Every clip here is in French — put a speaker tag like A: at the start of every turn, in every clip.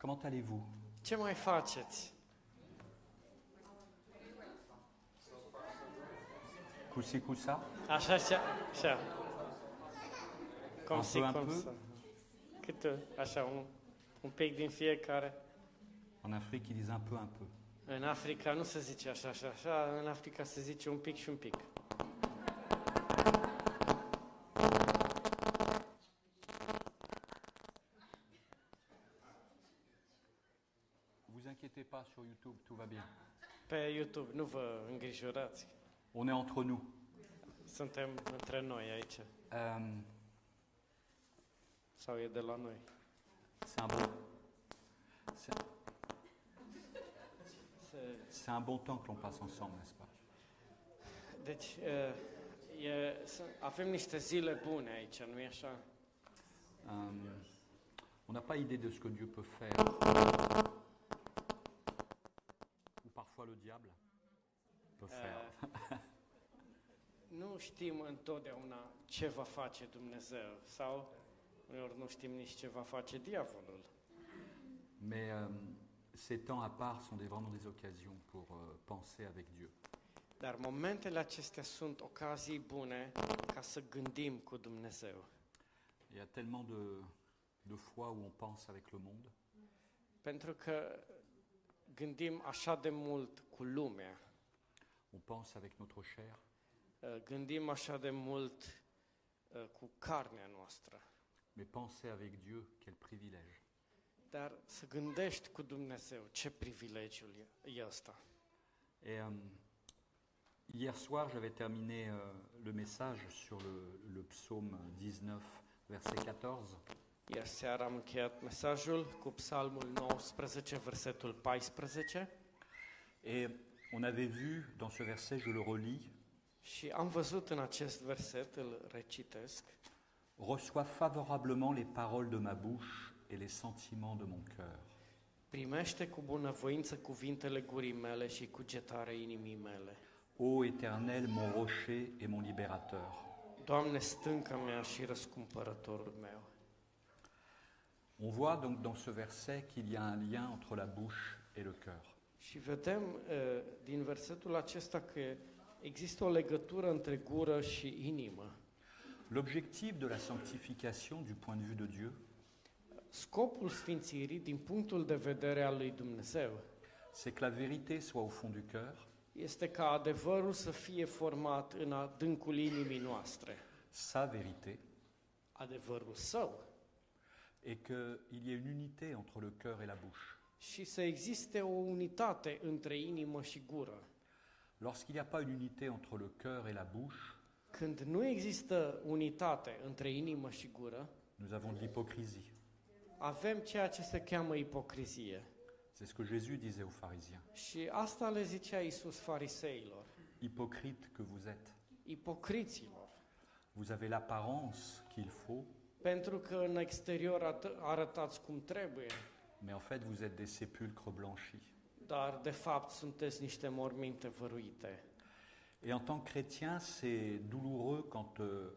A: Comment allez-vous
B: Ce mai faceți?
A: Coussi coussa
B: Așa, așa, așa. Cum
A: Un
B: se
A: peu, un
B: cum
A: peu.
B: să... Cât, așa, un, un pic din fiecare.
A: En Afrique, ils disent un peu, un peu.
B: În Africa nu se zice așa, așa, așa. În Africa se zice un pic și un pic.
A: Vous inquiétez pas sur YouTube, tout va bien.
B: Pe YouTube, nu vă îngrijorați.
A: On est entre nous.
B: Suntem între noi aici.
A: Euh,
B: Sau e de la noi.
A: c'est un bon. c'est-
B: Se-
A: C'est un bon temps que l'on passe ensemble, n'est-ce pas
B: Deci, eh, e, sunt- avem niște zile bune aici, nu-i așa?
A: Euh, On n'a pas idée de ce que Dieu peut faire. Ou parfois le diable peut faire.
B: Eh, nu știm întotdeauna ce va face Dumnezeu sau uneori nu știm nici ce va face diavolul.
A: Mais euh, ces temps à part sont des, vraiment des occasions pour euh, penser avec Dieu.
B: Dar momentele acestea sunt ocazii bune ca să gândim cu Dumnezeu.
A: Il y a tellement de, de fois où on pense avec le monde.
B: Pentru că gândim așa de mult cu lumea,
A: On pense avec notre chair,
B: eh, gândim așa de mult eh, cu carnea noastră.
A: mais penser avec Dieu, quel privilège.
B: Dar să gândești cu Dumnezeu, ce privilegiul e- e ăsta.
A: Et euh, hier soir, j'avais terminé euh, le message sur le, le psaume 19, verset 14.
B: Iar seara am încheiat mesajul cu psalmul 19, versetul 14
A: Et on avait vu dans ce verset, je le relis,
B: și am văzut în acest verset, îl recitesc,
A: Reçois favorablement les paroles de ma bouche et les sentiments de mon cœur.
B: primește cu bunăvoință cuvintele gurii mele și cugetarea inimii mele.
A: Ô Éternel, mon rocher et mon libérateur.
B: Doamne, stânca mea și răscumpărătorul meu.
A: On voit donc dans ce verset qu'il y a un lien entre la bouche et le cœur.
B: Și vedem eh, din versetul acesta că există o legătură între gură și inimă.
A: L'objectif de la sanctification du point de vue de Dieu,
B: Scopul sfințirii din punctul de vedere al lui Dumnezeu
A: c'est que la vérité soit au fond du cœur,
B: este ca adevărul să fie format în adâncul inimii noastre,
A: sa vérité,
B: adevărul său,
A: et qu'il y ait une unité entre le cœur et la bouche.
B: și să existe o unitate între inimă și gură.
A: Lorsqu'il n'y a pas une unité entre le cœur et la bouche,
B: Când nu există unitate între inimă și gură,
A: nous avons de l'hypocrisie.
B: avem ceea ce se cheamă ipocrizie.
A: C'est ce que Jésus disait aux pharisiens.
B: Și asta le zicea Iisus fariseilor,
A: Hypocrites que vous êtes.
B: ipocriților.
A: Vous avez l'apparence qu'il faut,
B: Pentru că în exterior at- arătați cum trebuie,
A: mais en fait vous êtes des sépulcres blanchis.
B: dar de fapt sunteți niște morminte văruite.
A: Et en tant que chrétien, c'est douloureux quand euh,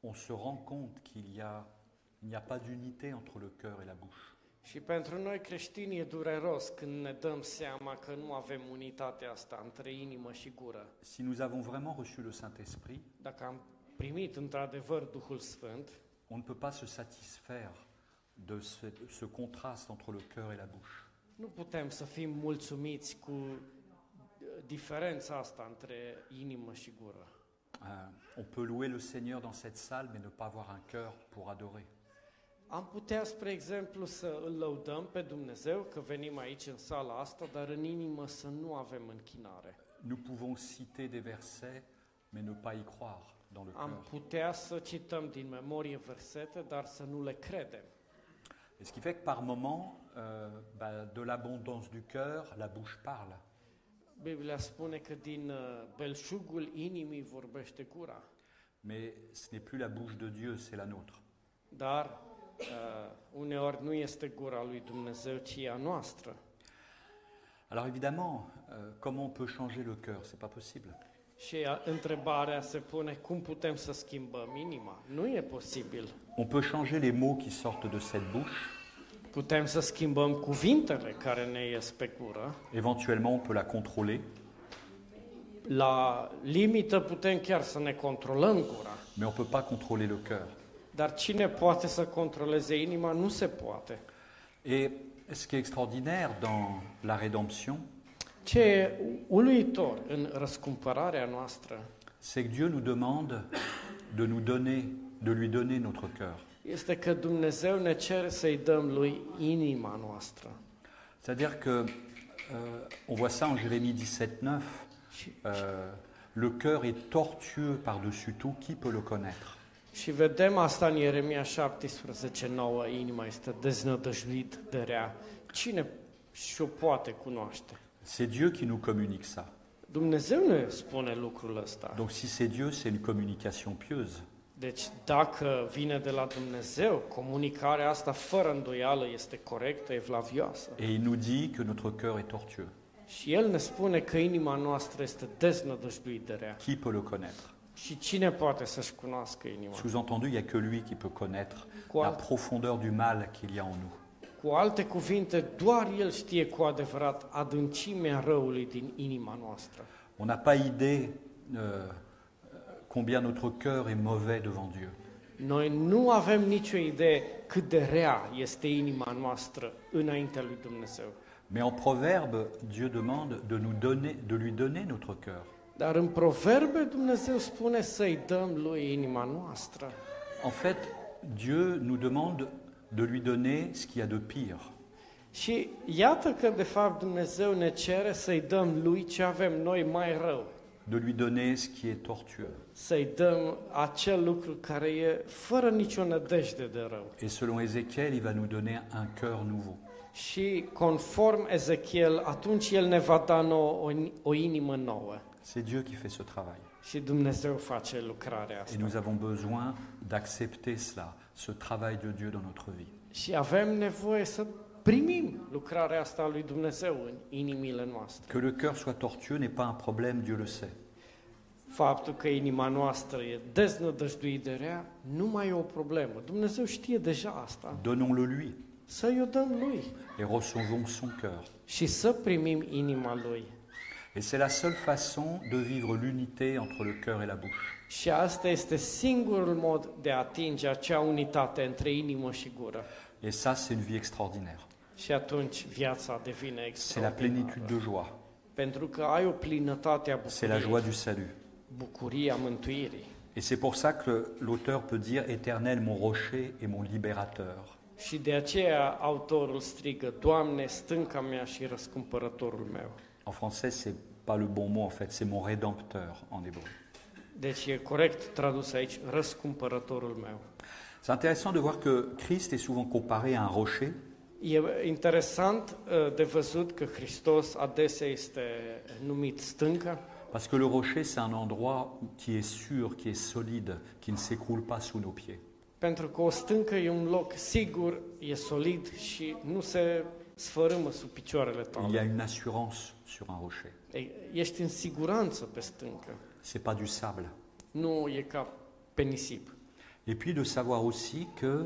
A: on se rend compte qu'il y a- il n'y a pas d'unité entre le cœur et la bouche.
B: Și pentru noi creștini e dureros când ne dăm seama că nu avem unitatea asta între inimă și gură.
A: Si nous avons vraiment reçu le Saint-Esprit,
B: Dacă am primit într-adevăr Duhul Sfânt,
A: on ne peut pas se satisfaire de ce, ce contraste entre le cœur et la bouche.
B: nu putem să fim mulțumiți cu uh, diferența asta între inimă și gură.
A: Euh, on peut louer le Seigneur dans cette salle, mais ne pas avoir un cœur pour adorer.
B: Am putea, spre exemplu, să îl lăudăm pe Dumnezeu că venim aici în sala asta, dar în inimă să nu avem închinare.
A: Nous pouvons citer des versets, mais ne pas y croire dans le
B: Am
A: cœur.
B: putea să cităm din memorie versete, dar să nu le credem.
A: Et ce qui fait que par moments, euh, bah, de l'abondance du cœur, la bouche parle.
B: Biblia spune că din uh, belșugul inimii vorbește gura,
A: Mais ce n'est plus la bouche de Dieu, c'est la nôtre.
B: dar uh, uneori nu este gura lui Dumnezeu, ci e a noastră.
A: Alors évidemment, euh, comment on peut changer le cœur C'est pas possible.
B: Și uh, întrebarea se pune cum putem să schimbăm inima. Nu e posibil.
A: On peut changer les mots qui sortent de cette bouche,
B: Putem să schimbăm cuvintele care ne ies pe gură.
A: Éventuellement, on peut la contrôler,
B: La limită putem chiar să ne controlăm gura.
A: mais on ne peut pas contrôler le cœur.
B: Dar cine poate să controleze inima, nu se poate.
A: Et ce qui est extraordinaire dans la rédemption,
B: Ce e uluitor în răscumpărarea noastră
A: c'est que Dieu nous demande de nous donner, de lui donner notre cœur.
B: este că Dumnezeu ne cere să-i dăm lui inima noastră.
A: C'est-à-dire que, euh, on voit ça en Jérémie 17, 9,
B: Și,
A: euh, le cœur est tortueux par-dessus tout, qui peut le connaître
B: și vedem asta în Ieremia 17, 9, inima este deznădăjduit de rea. Cine și-o poate cunoaște?
A: C'est Dieu qui nous communique ça.
B: Dumnezeu ne spune lucrul ăsta.
A: Donc si c'est Dieu, c'est une communication pieuse.
B: Deci dacă vine de la Dumnezeu, comunicarea asta fără îndoială este corectă, evlavioasă.
A: Et il nous dit que notre cœur est tortueux.
B: Și El ne spune că inima noastră este deznădăjduit de rea.
A: Qui peut le connaître
B: Și cine poate să-și cunoască inima?
A: Sous-entendu, il n'y a que lui qui peut connaître
B: Quoi
A: la profondeur du mal qu'il y a en nous.
B: Cu alte cuvinte, doar El știe cu adevărat adâncimea răului din inima noastră.
A: On n'a pas idée euh, combien notre cœur est mauvais devant Dieu.
B: Noi nu avem nicio idee cât de rea este inima noastră înaintea lui Dumnezeu.
A: Mais en proverbe, Dieu demande de, nous donner, de lui donner notre cœur.
B: Dar în proverbe Dumnezeu spune să-i dăm lui inima noastră.
A: En fait, Dieu nous demande de lui donner ce qu'il y a de pire.
B: Și iată că, de fapt, Dumnezeu ne cere să-i dăm lui ce avem noi mai rău.
A: de lui donner ce qui est tortueux.
B: Să-i dăm acel lucru care e fără nicio nădejde de rău.
A: Et selon Ézéchiel, il va nous donner un cœur nouveau.
B: Și conform Ezechiel, atunci el ne va da nouă o, o inimă nouă.
A: C'est Dieu qui fait ce travail.
B: Și Dumnezeu face lucrarea
A: Et
B: asta.
A: nous avons besoin d'accepter cela, ce travail de Dieu dans notre vie.
B: Și avem nevoie să primim lucrarea asta a lui Dumnezeu în inimile noastre.
A: Que le cœur soit tortueux n'est pas un problème, Dieu le sait.
B: Faptul că inima noastră e deznădăjduiderea nu mai e o problemă. Dumnezeu știe deja asta.
A: Donnons-le lui
B: Să-i o dăm lui
A: et recevons son cœur.
B: și să primim inima lui.
A: Et c'est la seule façon de vivre l'unité entre le cœur et la bouche.
B: Și asta este singurul mod de a atinge acea unitate între inimă și gură.
A: Et ça, c'est une vie extraordinaire.
B: Și atunci viața devine
A: C'est la plénitude
B: extraordinară.
A: de joie.
B: Pentru că ai o plinătate a
A: C'est la joie
B: bucuriei,
A: du salut.
B: bucuria mântuirii.
A: Et c'est pour ça que l'auteur peut dire Éternel, mon rocher et mon libérateur.
B: Și de aceea autorul strigă, Doamne, stânca mea și răscumpărătorul meu.
A: En français, c'est pas le bon mot en fait, c'est mon rédempteur en hébreu.
B: Deci e corect tradus aici, răscumpărătorul meu.
A: C'est intéressant de voir que Christ est souvent comparé à un rocher,
B: E interesant uh, de văzut că Hristos adesea este numit stânca,
A: parce que le rocher, c'est un endroit où- qui est sûr, qui est solide, qui ne s'écroule pas sous nos pieds.
B: pentru că o stâncă e un loc sigur, e solid și nu se sfărâmă sub picioarele
A: Il y a
B: tale.
A: une assurance sur un rocher.
B: Ei, Ești în siguranță pe stâncă,
A: C'est pas du sable.
B: nu e ca pe nisip.
A: Et puis de savoir aussi que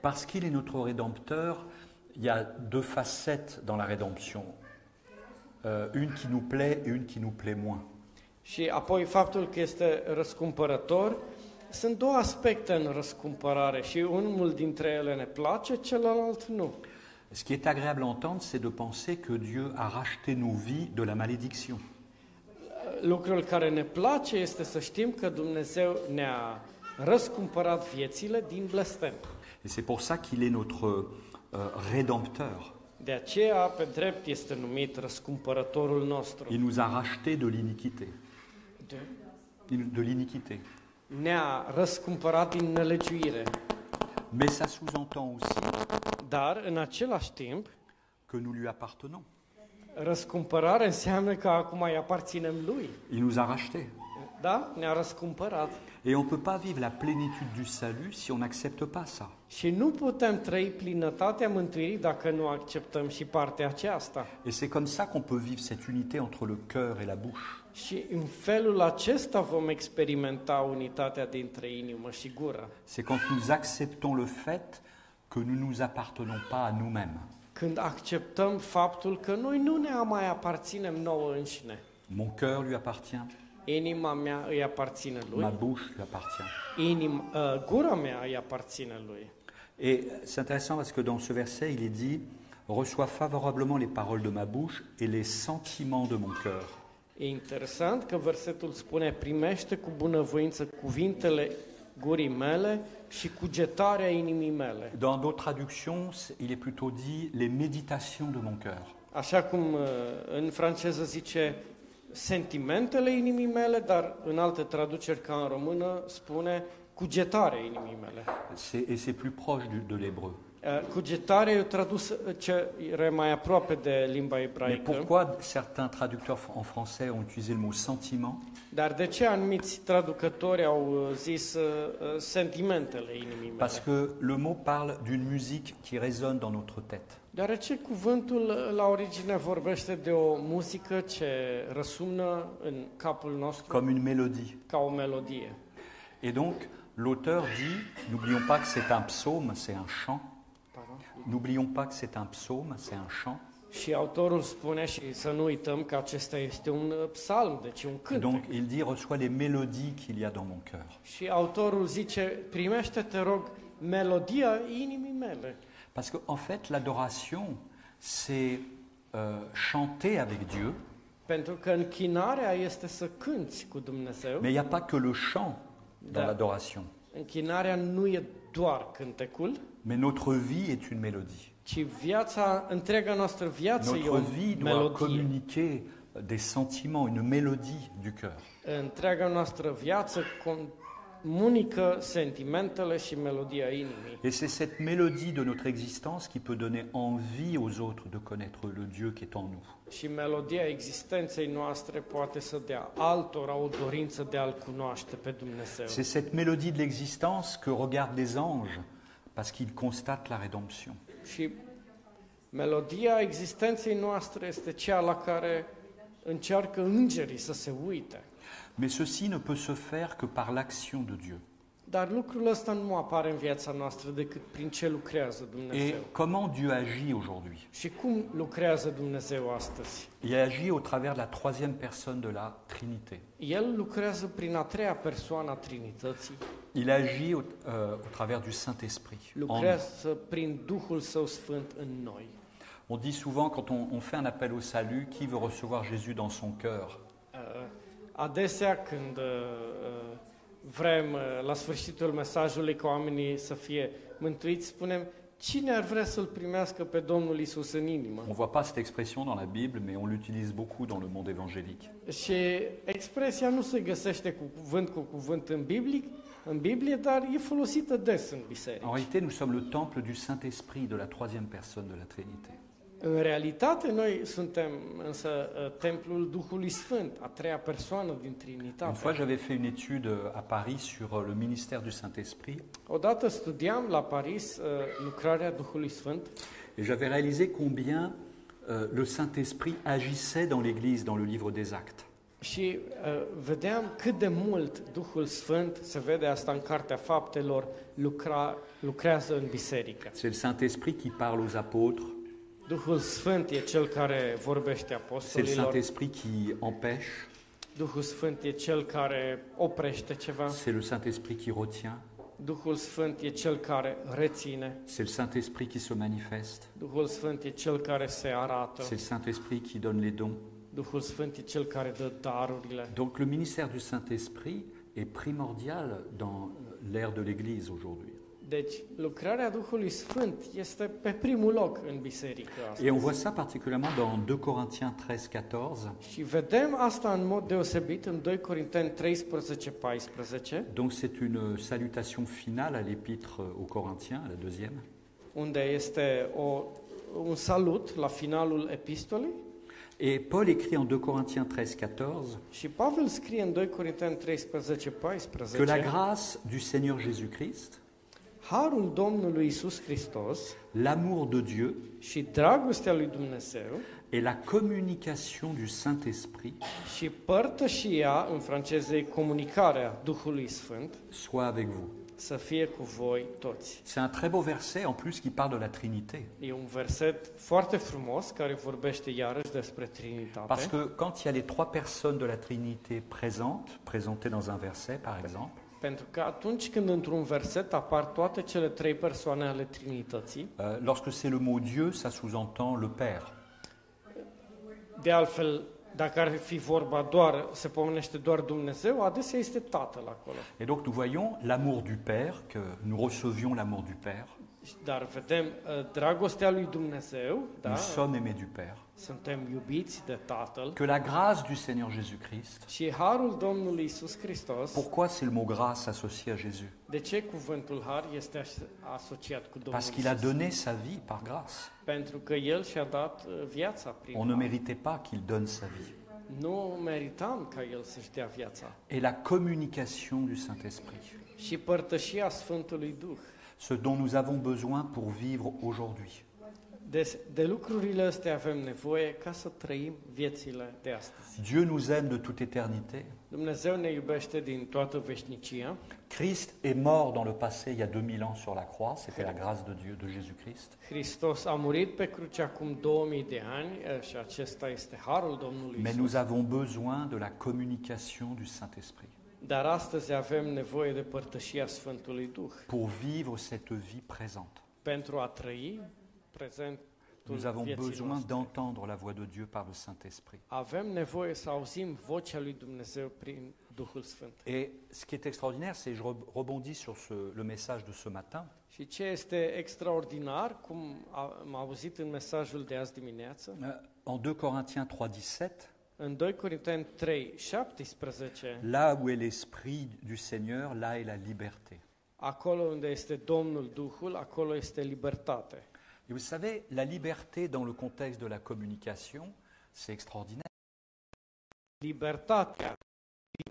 A: parce qu'il est notre rédempteur, il y a deux facettes dans la rédemption. Euh, une qui nous plaît et une qui nous plaît moins.
B: Și apoi faptul că este răscumpărător, sunt două aspecte în răscumpărare și unul dintre ele ne place, celălalt nu.
A: Ce qui est agréable à entendre, c'est de penser que Dieu a racheté nos vies de la malédiction.
B: Lucrul care ne place este să știm că Dumnezeu ne-a răscumpărat viețile din blestem.
A: Et c'est pour ça qu'il est notre euh, rédempteur.
B: De aceea, pe drept, este numit răscumpărătorul nostru.
A: Il nous a racheté de l'iniquité.
B: De-
A: Il- De l'iniquité.
B: Ne-a răscumpărat din nelegiuire.
A: Mais ça sous-entend aussi
B: Dar, în același timp,
A: que nous lui appartenons.
B: răscumpărare înseamnă că acum îi aparținem lui.
A: Il nous a rachetés.
B: Da? Ne-a răscumpărat.
A: Et on ne peut pas vivre la plénitude du salut si on n'accepte pas ça.
B: Și nu putem trăi plinătatea mântuirii dacă nu acceptăm și partea aceasta.
A: Et c'est comme ça qu'on peut vivre cette unité entre le cœur et la bouche.
B: Și în felul acesta vom experimenta unitatea dintre inimă și gură.
A: C'est quand nous acceptons le fait que nous ne nous appartenons pas à nous-mêmes.
B: Când acceptăm faptul că noi nu ne mai aparținem nouă înșine.
A: Mon cœur lui appartient,
B: Inima mea îi aparține lui,
A: ma bouche lui appartient.
B: inim, uh, gura mea îi aparține lui.
A: Et c'est intéressant parce que dans ce verset, il est dit Reçois favorablement les paroles de ma bouche et les sentiments de mon cœur.
B: E interesant că versetul spune primește cu bunăvoință cuvintele gurii mele și cugetarea inimii mele.
A: Dans d'autres traductions, c'est- il est plutôt dit les méditations de mon cœur.
B: Așa cum uh, în franceză zice sentimentele inimii mele, dar în alte traduceri ca în română spune cugetarea inimii mele.
A: C'est- Et c'est plus proche du- de l'hébreu.
B: Uh, Cugetare e o traducere mai aproape de limba
A: Mais
B: ebraică,
A: pourquoi certains traducteurs fr- en français ont utilisé le mot sentiment
B: dar de ce anumiți traducători au uh, zis uh, uh, sentimentele inimii mele?
A: Parce que le mot parle d'une musique qui résonne dans notre tête.
B: Deoarece cuvântul uh, la origine vorbește de o muzică ce răsumnă în capul nostru
A: comme une mélodie.
B: ca o melodie.
A: Et donc, l'auteur dit, n'oublions pas que c'est un psaume, c'est un chant.
B: Pardon?
A: N'oublions pas que c'est un psaume, c'est un chant.
B: Și autorul spune și să nu uităm că acesta este un uh, psalm, deci un
A: Et
B: cântec.
A: donc, il dit, reçois les mélodies qu'il y a dans mon cœur.
B: Și autorul zice, primește, te rog, melodia inimii mele.
A: Parce qu'en en fait, l'adoration, c'est euh, chanter avec Dieu,
B: Pentru că închinarea este să cânți cu Dumnezeu.
A: mais il n'y a pas que le chant dans
B: Da.
A: l'adoration.
B: Închinarea nu e doar cântecul,
A: Mais notre vie est une mélodie.
B: ci viața, întreaga noastră viață e
A: Notre
B: o
A: vie doit
B: melodie.
A: communiquer des sentiments, une mélodie du cœur.
B: Întreaga noastră viață comunică sentimentele și melodia inimii.
A: Et c'est cette mélodie de notre existence qui peut donner envie aux autres de connaître le Dieu qui est en nous.
B: Și melodia existenței noastre poate să dea altora o dorință de a-L cunoaște pe Dumnezeu.
A: C'est cette mélodie de l'existence que regardent les anges parce qu'ils constatent la rédemption.
B: Și melodia existenței noastre este cea la care încearcă îngerii să se uite.
A: Mais ceci ne peut se faire que par l'action de Dieu.
B: Dar lucrul ăsta nu apare în viața noastră decât prin ce lucrează
A: Et
B: Dumnezeu.
A: comment Dieu agit aujourd'hui
B: Și cum lucrează Dumnezeu astăzi?
A: Il agit au travers de la troisième personne de la Trinité.
B: El lucrează prin a treia persoană a Trinității,
A: Il agit au, euh, au travers du Saint-Esprit. en nous.
B: lucrează prin Duhul Său Sfânt în noi.
A: On dit souvent quand on- on fait un appel au salut, qui veut recevoir Jésus dans son cœur
B: Uh, Adesea când uh, uh, vrem uh, la sfârșitul mesajului ca oamenii să fie mântuiți, spunem cine ar vrea să-L primească pe Domnul Isus în inimă?
A: On ne voit pas cette expression dans la Bible, mais on l'utilise beaucoup dans le monde évangélique.
B: Și expresia nu se găsește cu cuvânt cu cuvânt în Biblie, în Biblie, dar e folosită des în
A: En
B: biserică.
A: réalité, nous sommes le temple du Saint-Esprit, de la troisième personne de la Trinité.
B: În realitate, noi suntem însă uh, templul Duhului Sfânt, a treia persoană din
A: Une fois,
B: Trinitate.
A: j'avais fait une étude euh, à Paris sur euh, le ministère du Saint-Esprit
B: Odată studiam la Paris uh, lucrarea Duhului Sfânt
A: et j'avais réalisé combien euh, le Saint-Esprit agissait dans l'Église, dans le livre des Actes.
B: Și uh, vedeam cât de mult Duhul Sfânt, se vede asta în Cartea Faptelor, lucra, lucrează în biserică.
A: C'est le Saint-Esprit qui parle aux apôtres,
B: Duhul Sfânt e cel care vorbește
A: c'est le
B: apostolilor,
A: Saint-Esprit qui empêche,
B: Duhul Sfânt e cel care oprește ceva,
A: c'est le Saint-Esprit qui retient,
B: Duhul Sfânt e cel care reține,
A: c'est le Saint-Esprit qui se manifeste,
B: Duhul Sfânt e cel care se arată,
A: c'est le Saint-Esprit qui donne les dons.
B: Duhul Sfânt e cel care dă darurile.
A: Donc le ministère du Saint-Esprit est primordial dans euh, l'ère de l'Église aujourd'hui.
B: Deci, lucrarea Duhului Sfânt este pe primul loc în biserică asta.
A: Et on voit ça particulièrement dans 2 Corinthiens 13, 14.
B: Și vedem asta în mod deosebit în 2 Corinteni 13, 14,
A: Donc c'est une salutation finale à l'épître aux Corinthiens, la deuxième.
B: unde este o, un salut la finalul epistolei
A: Et Paul écrit en 2 Corinthiens 13, 14
B: și Pavel scrie în 2 Corinteni 13,
A: que la
B: 14,
A: grâce du Seigneur Jésus-Christ,
B: Harul Domnului Isus Hristos
A: l'amour de Dieu
B: și dragostea lui Dumnezeu
A: et la communication du Saint-Esprit
B: și părtășia, în franceză e comunicarea Duhului Sfânt,
A: soient avec vous.
B: să fie cu voi toți.
A: C'est un très beau verset en plus qui parle de la Trinité.
B: E un verset foarte frumos care vorbește iarăși despre
A: Parce
B: Trinitate.
A: que quand il y a les trois personnes de la Trinité présentes, présentées dans un verset par exemple,
B: Pentru că atunci când într-un verset apar toate cele trei persoane ale Trinității,
A: euh, lorsque c'est le mot Dieu, ça sous-entend le Père.
B: de altfel, dacă ar fi vorba doar, se pomenește doar Dumnezeu, adesea este Tatăl acolo.
A: Et donc nous voyons l'amour du Père, que nous recevions l'amour du Père,
B: Dar vedem uh, dragostea lui Dumnezeu, da?
A: nous sommes aimés du Père,
B: Suntem iubiți de Tatăl
A: que la grâce du Seigneur Jésus-Christ,
B: și harul Domnului Isus Hristos.
A: pourquoi c'est le mot grâce associé à Jésus
B: De ce cuvântul har este as- asociat cu Domnul
A: Parce qu'il a
B: Isus?
A: donné sa vie par grâce.
B: Pentru că el și-a dat uh, viața prin
A: On ne
B: har.
A: méritait pas qu'il donne sa vie.
B: Nu meritam ca el să-și dea viața.
A: Et la communication du Saint-Esprit,
B: Și părtășia Sfântului Duh.
A: ce dont nous avons besoin pour vivre aujourd'hui.
B: Deci, de lucrurile astea avem nevoie ca să trăim viețile de astăzi.
A: Dieu nous aime de toute éternité.
B: Dumnezeu ne iubește din toată veșnicia.
A: Christ est mort dans le passé il y a 2000 ans sur la croix, c'était la grâce de Dieu, de Jésus-Christ.
B: Hristos a murit pe cruce acum 2000 de ani eh, și acesta este harul Domnului
A: Mais
B: Isus.
A: nous avons besoin de la communication du Saint-Esprit
B: Dar astăzi avem nevoie de părtășia Sfântului Duh
A: pour vivre cette vie présente.
B: pentru a trăi prezentul
A: Nous avons
B: vieții
A: besoin
B: noastre.
A: d'entendre la voix de Dieu par le Saint-Esprit.
B: Avem nevoie să auzim vocea lui Dumnezeu prin Duhul Sfânt.
A: Et ce qui est extraordinaire, c'est je re- rebondis sur ce- le message de ce matin.
B: Și ce este extraordinar, cum a- am auzit în mesajul de azi dimineață,
A: Euh, En 2 Corinthiens 3, 17,
B: în 2 Corinteni 3, 17,
A: là où est l'Esprit du Seigneur, là est la liberté.
B: acolo unde este Domnul Duhul, acolo este libertate.
A: Et vous savez, la liberté dans le contexte de la communication, c'est extraordinaire.
B: Libertatea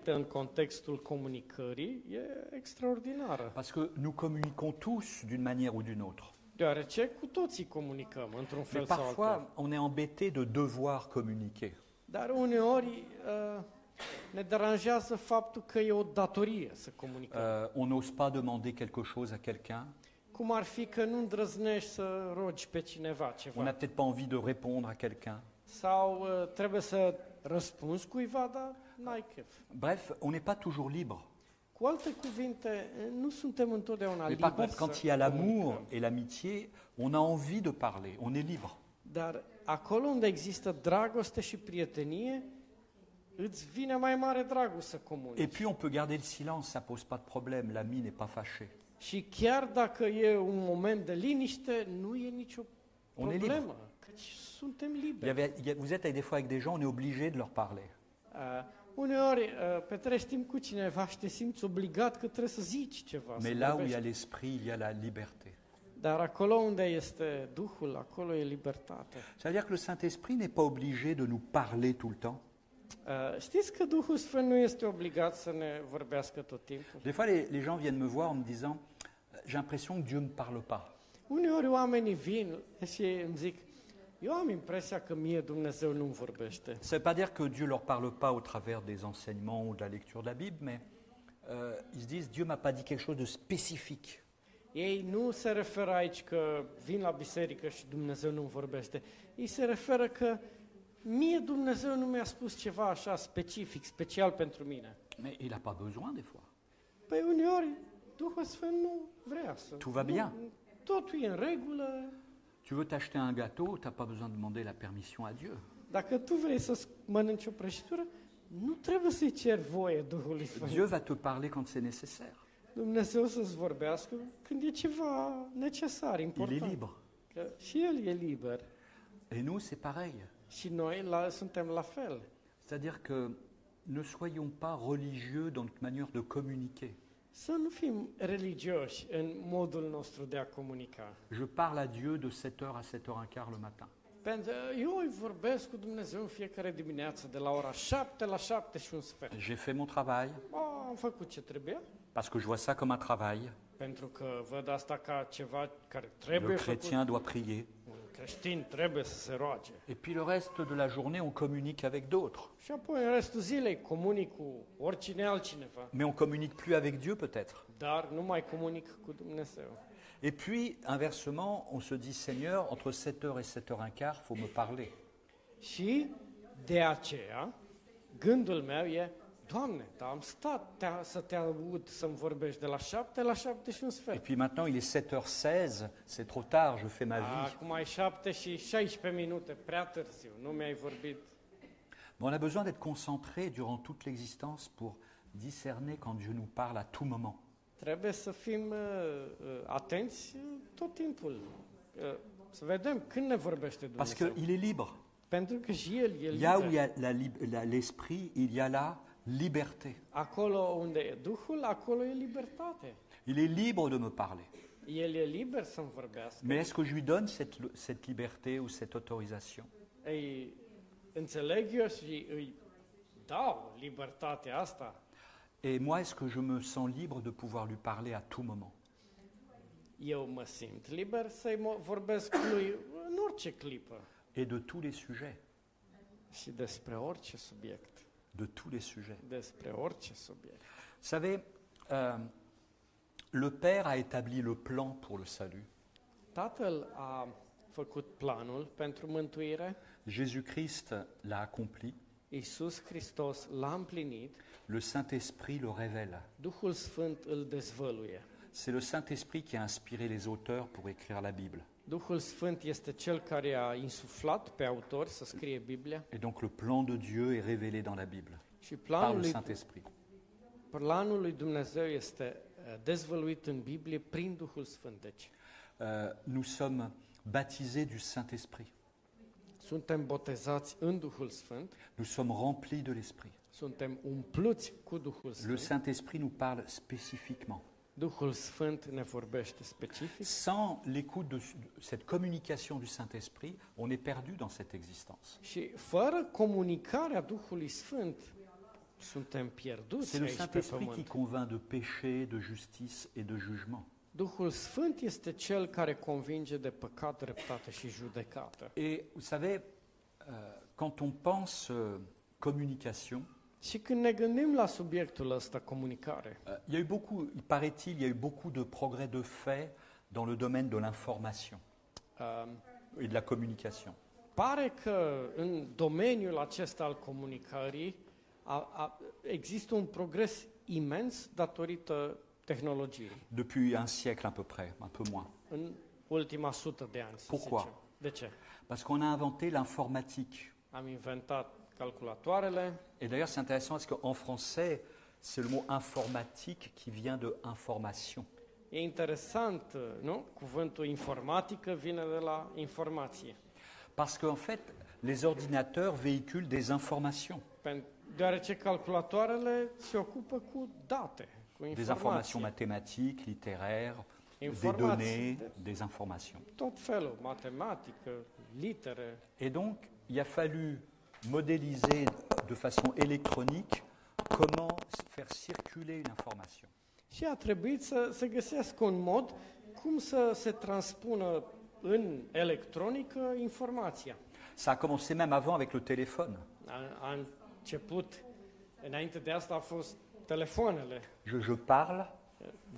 B: în contextul comunicării e extraordinară,
A: Parce que nous communiquons tous d'une manière ou d'une autre.
B: deoarece cu toții comunicăm într-un
A: Mais
B: fel sau altul.
A: parfois, on est embêté de devoir communiquer.
B: Dar uneori uh, ne deranjează faptul că e o datorie să comunicăm.
A: Euh, on n'ose pas demander quelque chose à quelqu'un.
B: Cum ar fi că nu îndrăznești să rogi pe cineva
A: On
B: ceva?
A: n'a peut-être pas envie de répondre à quelqu'un.
B: Sau uh, trebuie să răspunzi cuiva, dar n-ai chef.
A: Bref, on n'est pas toujours libre.
B: Cu alte cuvinte, uh, nu suntem întotdeauna
A: Mais
B: liberi
A: par contre,
B: să
A: quand il y a l'amour
B: comunicăm.
A: et l'amitié, on a envie de parler, on est libre.
B: Dar acolo unde există dragoste și prietenie, îți vine mai mare dragul să comunici.
A: Et puis on peut garder le silence, ça pose pas de problème, l'ami n'est pas fâché.
B: Și chiar dacă e un moment de liniște, nu e nicio
A: Un e liber.
B: problemă, căci suntem
A: Il y
B: liberi.
A: avait- il y a- vous êtes avec des fois avec des gens, on est obligé de leur parler.
B: Uh, uneori uh, petreci timp cu cineva și te simți obligat că trebuie să zici ceva.
A: Mais
B: să
A: là où il
B: vorbești.
A: y a l'esprit, il y a la liberté.
B: Dar acolo unde este Duhul, acolo e libertate.
A: Ça veut dire que le Saint-Esprit n'est pas obligé de nous parler tout le temps.
B: Uh, știți că Duhul Sfânt nu este obligat să ne vorbească tot timpul.
A: Des fois, les, les gens viennent me voir en me disant « J'ai l'impression que Dieu ne me parle pas.
B: Uneori oamenii vin și îmi zic, eu am impresia că mie Dumnezeu nu-mi vorbește. »
A: Ça ne veut pas dire que Dieu ne leur parle pas au travers des enseignements ou de la lecture de la Bible, mais euh, ils se disent « Dieu m'a pas dit quelque chose de spécifique.
B: Ei nu se referă aici că vin la biserică și Dumnezeu nu vorbește. Ei se referă că mie Dumnezeu nu mi-a spus ceva așa specific, special pentru mine. »
A: Mais il n'a pas besoin des fois.
B: Păi uneori Duhul Sfânt nu vrea să...
A: Tu va
B: nu-
A: bien.
B: Totul e în regulă.
A: Tu veux t'acheter un gâteau, tu n'as pas besoin de demander la permission à Dieu.
B: Dacă tu vrei să mănânci o prăjitură, nu trebuie să-i ceri voie Duhului Sfânt.
A: Dieu va te parler quand c'est nécessaire.
B: Dumnezeu să-ți vorbească când e ceva necesar,
A: Il est
B: important.
A: libre.
B: Că și El e liber.
A: Et nous, c'est pareil.
B: Și noi la, suntem la fel.
A: C'est-à-dire que ne soyons pas religieux dans notre manière de communiquer.
B: Să nu fim religioși în modul nostru de a comunica.
A: Je parle à Dieu de 7h à 7h15 le matin.
B: Pentru eu îi vorbesc cu Dumnezeu în fiecare dimineață, de la ora 7 la 7 și un sfert.
A: J'ai fait mon travail,
B: A, am făcut ce trebuia,
A: parce que je vois ça comme un travail.
B: Pentru că văd asta ca ceva care
A: Le
B: trebuie făcut.
A: chrétien doit prier.
B: Un creștin trebuie să se roage.
A: Et puis le reste de la journée, on communique avec d'autres.
B: Și apoi în restul zilei comunic cu oricine altcineva,
A: Mais on communique plus avec Dieu peut-être.
B: dar nu mai comunic cu Dumnezeu.
A: Et puis, inversement, on se dit, Seigneur, entre 7h et 7h15, il faut me parler.
B: Și de aceea, gândul meu e, Doamne, dar am stat te să te aud să-mi vorbești de la 7 la 7 și un
A: Et
B: sfert.
A: puis maintenant, il est 7h16, c'est trop tard, je fais ma vie.
B: Acum ai 7 și 16 minute, prea târziu, nu mi-ai vorbit.
A: Mais on a besoin d'être concentré durant toute l'existence pour discerner quand Dieu nous parle à tout moment.
B: Trebuie să fim uh, uh, atenți uh, tot timpul. Uh, să vedem când ne vorbește
A: Parce
B: Dumnezeu.
A: qu'il est libre.
B: Pentru că și El e
A: Il y a où
B: liber.
A: il y a la lib- la- l'esprit, il y a la liberté.
B: Acolo unde e Duhul, acolo e libertate.
A: Il est libre de me parler.
B: El e liber să-mi vorbească.
A: Mais est-ce que je lui donne cette, cette liberté ou cette autorisation
B: Ei, înțeleg eu și îi dau libertatea asta.
A: Et moi, est-ce que je me sens libre de pouvoir lui parler à tout moment
B: Eu mă simt liber să-i mo- vorbesc lui în orice clipă
A: Et de tous les sujets.
B: și despre orice subiect.
A: De tous les sujets.
B: Despre orice subiect.
A: Vous savez, euh, le Père a établi le plan pour le salut.
B: Tatăl a făcut planul pentru mântuire.
A: Jésus-Christ l'a accompli.
B: Iisus Hristos l-a împlinit.
A: Le Saint-Esprit le révèle.
B: Duhul Sfânt îl dezvăluie.
A: C'est le Saint-Esprit qui a inspiré les auteurs pour écrire la Bible.
B: Duhul Sfânt este cel care a insuflat pe autori să scrie Biblia
A: Et donc le plan de Dieu est révélé dans la Bible
B: și
A: par
B: planul
A: le
B: lui,
A: Saint-Esprit.
B: planul lui Dumnezeu este uh, dezvăluit în Biblie prin Duhul Sfânt. Deci,
A: Euh, nous sommes baptisés du Saint-Esprit.
B: suntem botezați în Duhul Sfânt,
A: Nous sommes remplis de l'Esprit.
B: suntem umpluți cu Duhul
A: Le
B: Sfânt.
A: Saint-Esprit nous parle spécifiquement.
B: Duhul Sfânt ne vorbește specific.
A: Sans l'écoute de de cette communication du Saint-Esprit, on est perdu dans cette existence.
B: Și fără comunicarea Duhului Sfânt, suntem pierduți
A: C'est le
B: aici pe
A: Saint-Esprit qui
B: pământ.
A: convainc de péché, de justice et de jugement.
B: Duhul Sfânt este cel care convinge de păcat, dreptate și judecată.
A: Et vous savez, euh, quand on pense euh, communication,
B: Și când ne gândim la subiectul ăsta, comunicare,
A: euh, il y a eu beaucoup, il paraît-il, il y a eu beaucoup de progrès de fait dans le domaine de l'information
B: uh,
A: et de la communication.
B: pare că în domeniul acesta al comunicării a, a, există un progres imens datorită tehnologiei
A: Depuis un siècle à peu près, un peu moins.
B: în ultima sută de ani. să
A: Pourquoi?
B: zicem. De ce?
A: Parce qu'on a inventé l'informatique.
B: Am inventat calculatoarele.
A: Et d'ailleurs, c'est intéressant parce qu'en français, c'est le mot informatique qui vient de information.
B: E interesant, nu? Cuvântul informatică vine de la informație.
A: Parce qu'en fait, les ordinateurs véhiculent des informations,
B: Pen- Deoarece calculatoarele se ocupă cu date, cu
A: des informations
B: informații,
A: mathématiques, littéraires, des
B: Information.
A: données, des informations.
B: tot felul, matematică, litere.
A: Et donc, il a fallu modéliser de façon électronique comment faire circuler une information.
B: Și a trebuit să se găsească un mod cum să se transpună în electronică informația.
A: Ça a commencé même avant avec le téléphone.
B: A, a început, înainte de asta a fost telefoanele.
A: Je, je parle,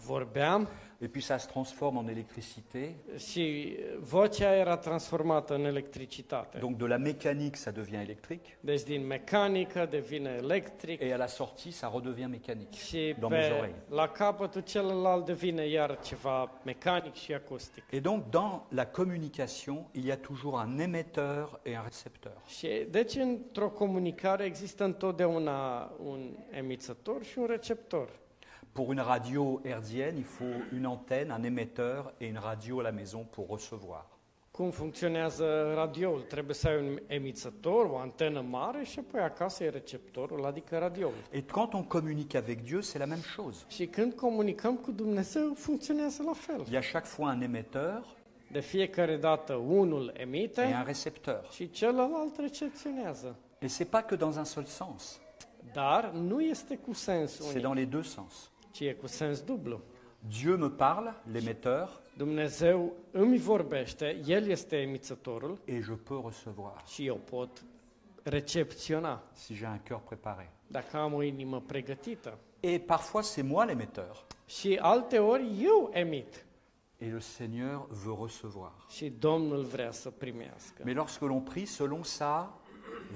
B: Vorbeam
A: et puis ça se transforme en électricité.
B: și vocea era transformată în electricitate.
A: Donc de la mécanique, ça devient électrique.
B: Deci din mecanică devine electric
A: Et à la sortie, ça redevient mécanique.
B: și
A: Dans mes
B: pe,
A: oreilles.
B: la capătul celălalt devine iar ceva mecanic și acustic.
A: Et donc, dans la communication, il y a toujours un émetteur et un récepteur.
B: Și deci într-o comunicare există întotdeauna un emițător și un receptor.
A: Pour une radio herdienne, il faut une antenne, un émetteur et une radio à la maison pour recevoir.
B: Cum funcționează radioul? Trebuie să ai un emițător, o antenă mare și apoi acasă e receptorul, adică radioul.
A: Et quand on communique avec Dieu, c'est la même chose.
B: Și când comunicăm cu Dumnezeu, funcționează la fel.
A: Il y a chaque fois un émetteur
B: De fiecare dată unul emite
A: et un récepteur.
B: și celălalt recepționează.
A: Et c'est pas que dans un seul sens,
B: Dar nu este cu sens
A: c'est
B: unic.
A: dans les deux sens.
B: ci e cu sens dublu.
A: Dieu me parle, l'émetteur,
B: Dumnezeu îmi vorbește, El este emițătorul
A: et je peux recevoir
B: și eu pot recepționa
A: si j'ai un cœur préparé.
B: dacă am o inimă pregătită.
A: Et parfois, c'est moi l'émetteur.
B: Și alte ori eu emit
A: Et le Seigneur veut recevoir.
B: și Domnul vrea să primească.
A: Mais lorsque l'on prie selon sa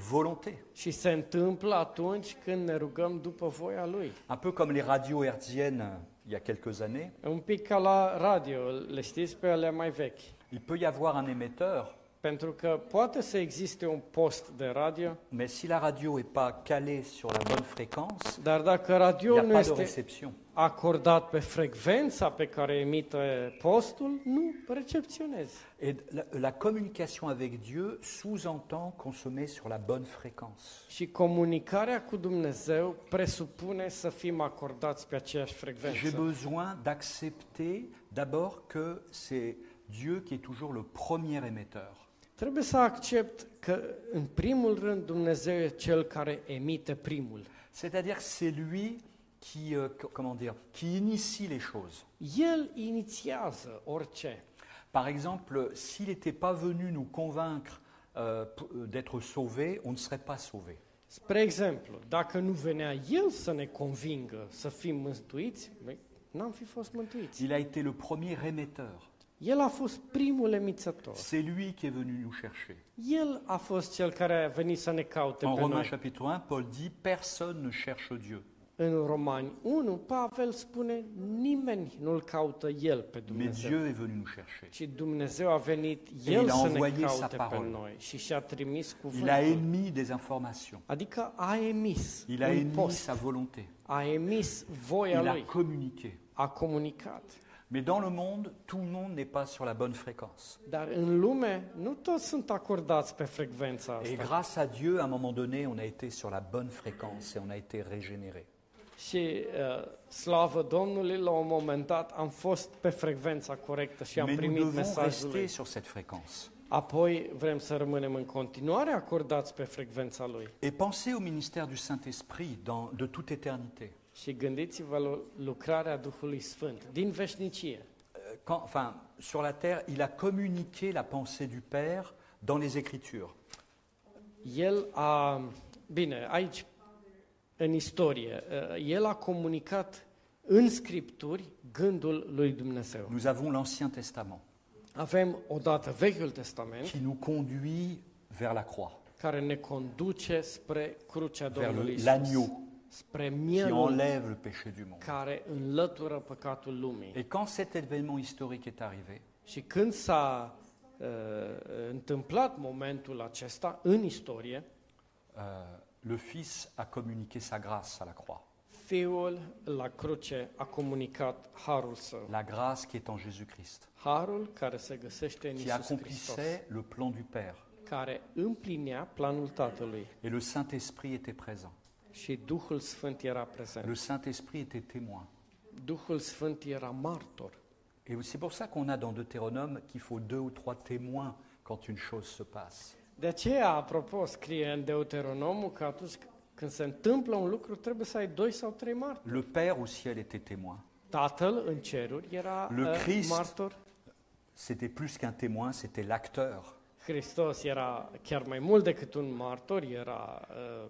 A: volonté,
B: Și se întâmplă atunci când ne rugăm după voia Lui.
A: un peu comme les radios hertziennes il y a quelques années,
B: Un pic ca la radio, le știți pe alea mai vechi.
A: il peut y avoir un émetteur,
B: Pentru că poate să existe un post de radio,
A: mais si la radio n'est pas calée sur la bonne fréquence,
B: dar dacă
A: il n'y
B: radio
A: a
B: nu
A: pas de
B: este
A: réception.
B: acordat pe frecvența pe care emite postul, nu recepționezi.
A: Et la, la communication avec Dieu sous-entend qu'on se met sur la bonne fréquence.
B: Și comunicarea cu Dumnezeu presupune să fim acordați pe aceeași
A: J'ai
B: frecvență.
A: besoin d'accepter d'abord que c'est Dieu qui est toujours le premier émetteur.
B: Trebuie să accept că, în primul rând, Dumnezeu e cel care emite primul.
A: C'est-à-dire que c'est lui qui, euh, co- comment dire, qui initie les choses.
B: El inițiază orice.
A: Par exemple, s'il n'était pas venu nous convaincre euh, p- euh, d'être sauvés, on ne serait pas sauvés.
B: Spre exemplu, dacă nu venea El să ne convingă să fim mântuiți, noi n-am fi fost mântuiți.
A: Il a été le premier émetteur.
B: El a fost primul emițător.
A: C'est lui qui est venu nous chercher.
B: El a fost cel care a venit să ne caute
A: En
B: pe
A: Romains
B: noi.
A: chapitre 1, Paul dit Personne ne cherche Dieu,
B: În Romani 1, Pavel spune, nimeni nu-l caută el pe
A: mais
B: Dumnezeu,
A: Dieu est venu nous chercher.
B: ci Dumnezeu a venit
A: El
B: el
A: a
B: să ne
A: envoyé sa
B: caute pe
A: parole.
B: noi și și-a trimis
A: Il a
B: cuvântul.
A: émis des informations.
B: Adică a emis
A: Il a
B: un
A: émis
B: post,
A: sa volonté.
B: a emis voia
A: Il a
B: lui,
A: communiqué.
B: a comunicat.
A: Mais dans le monde, tout le monde n'est pas sur la bonne fréquence.
B: Dar în lume nu toți sunt acordați pe frecvența
A: Et
B: asta.
A: grâce à Dieu, à un moment donné, on a été sur la bonne fréquence et on a été régénéré.
B: Și uh, slavă Domnului, la un moment dat am fost pe frecvența corectă și am
A: Mais nous
B: primit
A: devons
B: mesajul lui.
A: rester sur cette fréquence.
B: Apoi vrem să rămânem în continuare acordați pe frecvența lui.
A: Et pensez au ministère du Saint-Esprit dans- de toute éternité.
B: Și gândiți-vă la lucrarea Duhului Sfânt din veșnicie.
A: Euh, Quand, enfin, sur la terre, il a communiqué la pensée du Père dans les Écritures.
B: El a, bine, aici în istorie, uh, el a comunicat în Scripturi gândul lui Dumnezeu.
A: Nous avons l'Ancien Testament
B: Avem odată Vechiul Testament
A: qui nous conduit vers la croix,
B: care ne conduce spre crucea
A: vers le-
B: Domnului Iisus,
A: l'agneau
B: spre
A: qui
B: mielul
A: enlève le péché du monde.
B: care înlătură păcatul lumii.
A: Et quand cet événement historique est arrivé,
B: Și când s-a uh, întâmplat momentul acesta în istorie,
A: euh, le Fils a communiqué sa grâce à la croix.
B: Fiul la cruce a comunicat harul său.
A: La grâce qui est en Jésus-Christ,
B: Harul care se găsește în
A: qui
B: Isus Hristos,
A: accomplissait le plan du Père.
B: care împlinea planul Tatălui
A: Et le Saint-Esprit était présent.
B: și Duhul Sfânt era prezent.
A: Le Saint-Esprit était témoin.
B: Duhul Sfânt era martor.
A: Et c'est pour ça qu'on a dans Deutéronome qu'il faut deux ou trois témoins quand une chose se passe.
B: De aceea, apropo, scrie în Deuteronomul că atunci când se întâmplă un lucru, trebuie să ai doi sau trei martori.
A: Le Père au ciel était témoin.
B: Tatăl în ceruri era
A: Le
B: uh,
A: Christ.
B: martor.
A: C'était plus qu'un témoin, c'était l'acteur.
B: Hristos era chiar mai mult decât un martor, era uh,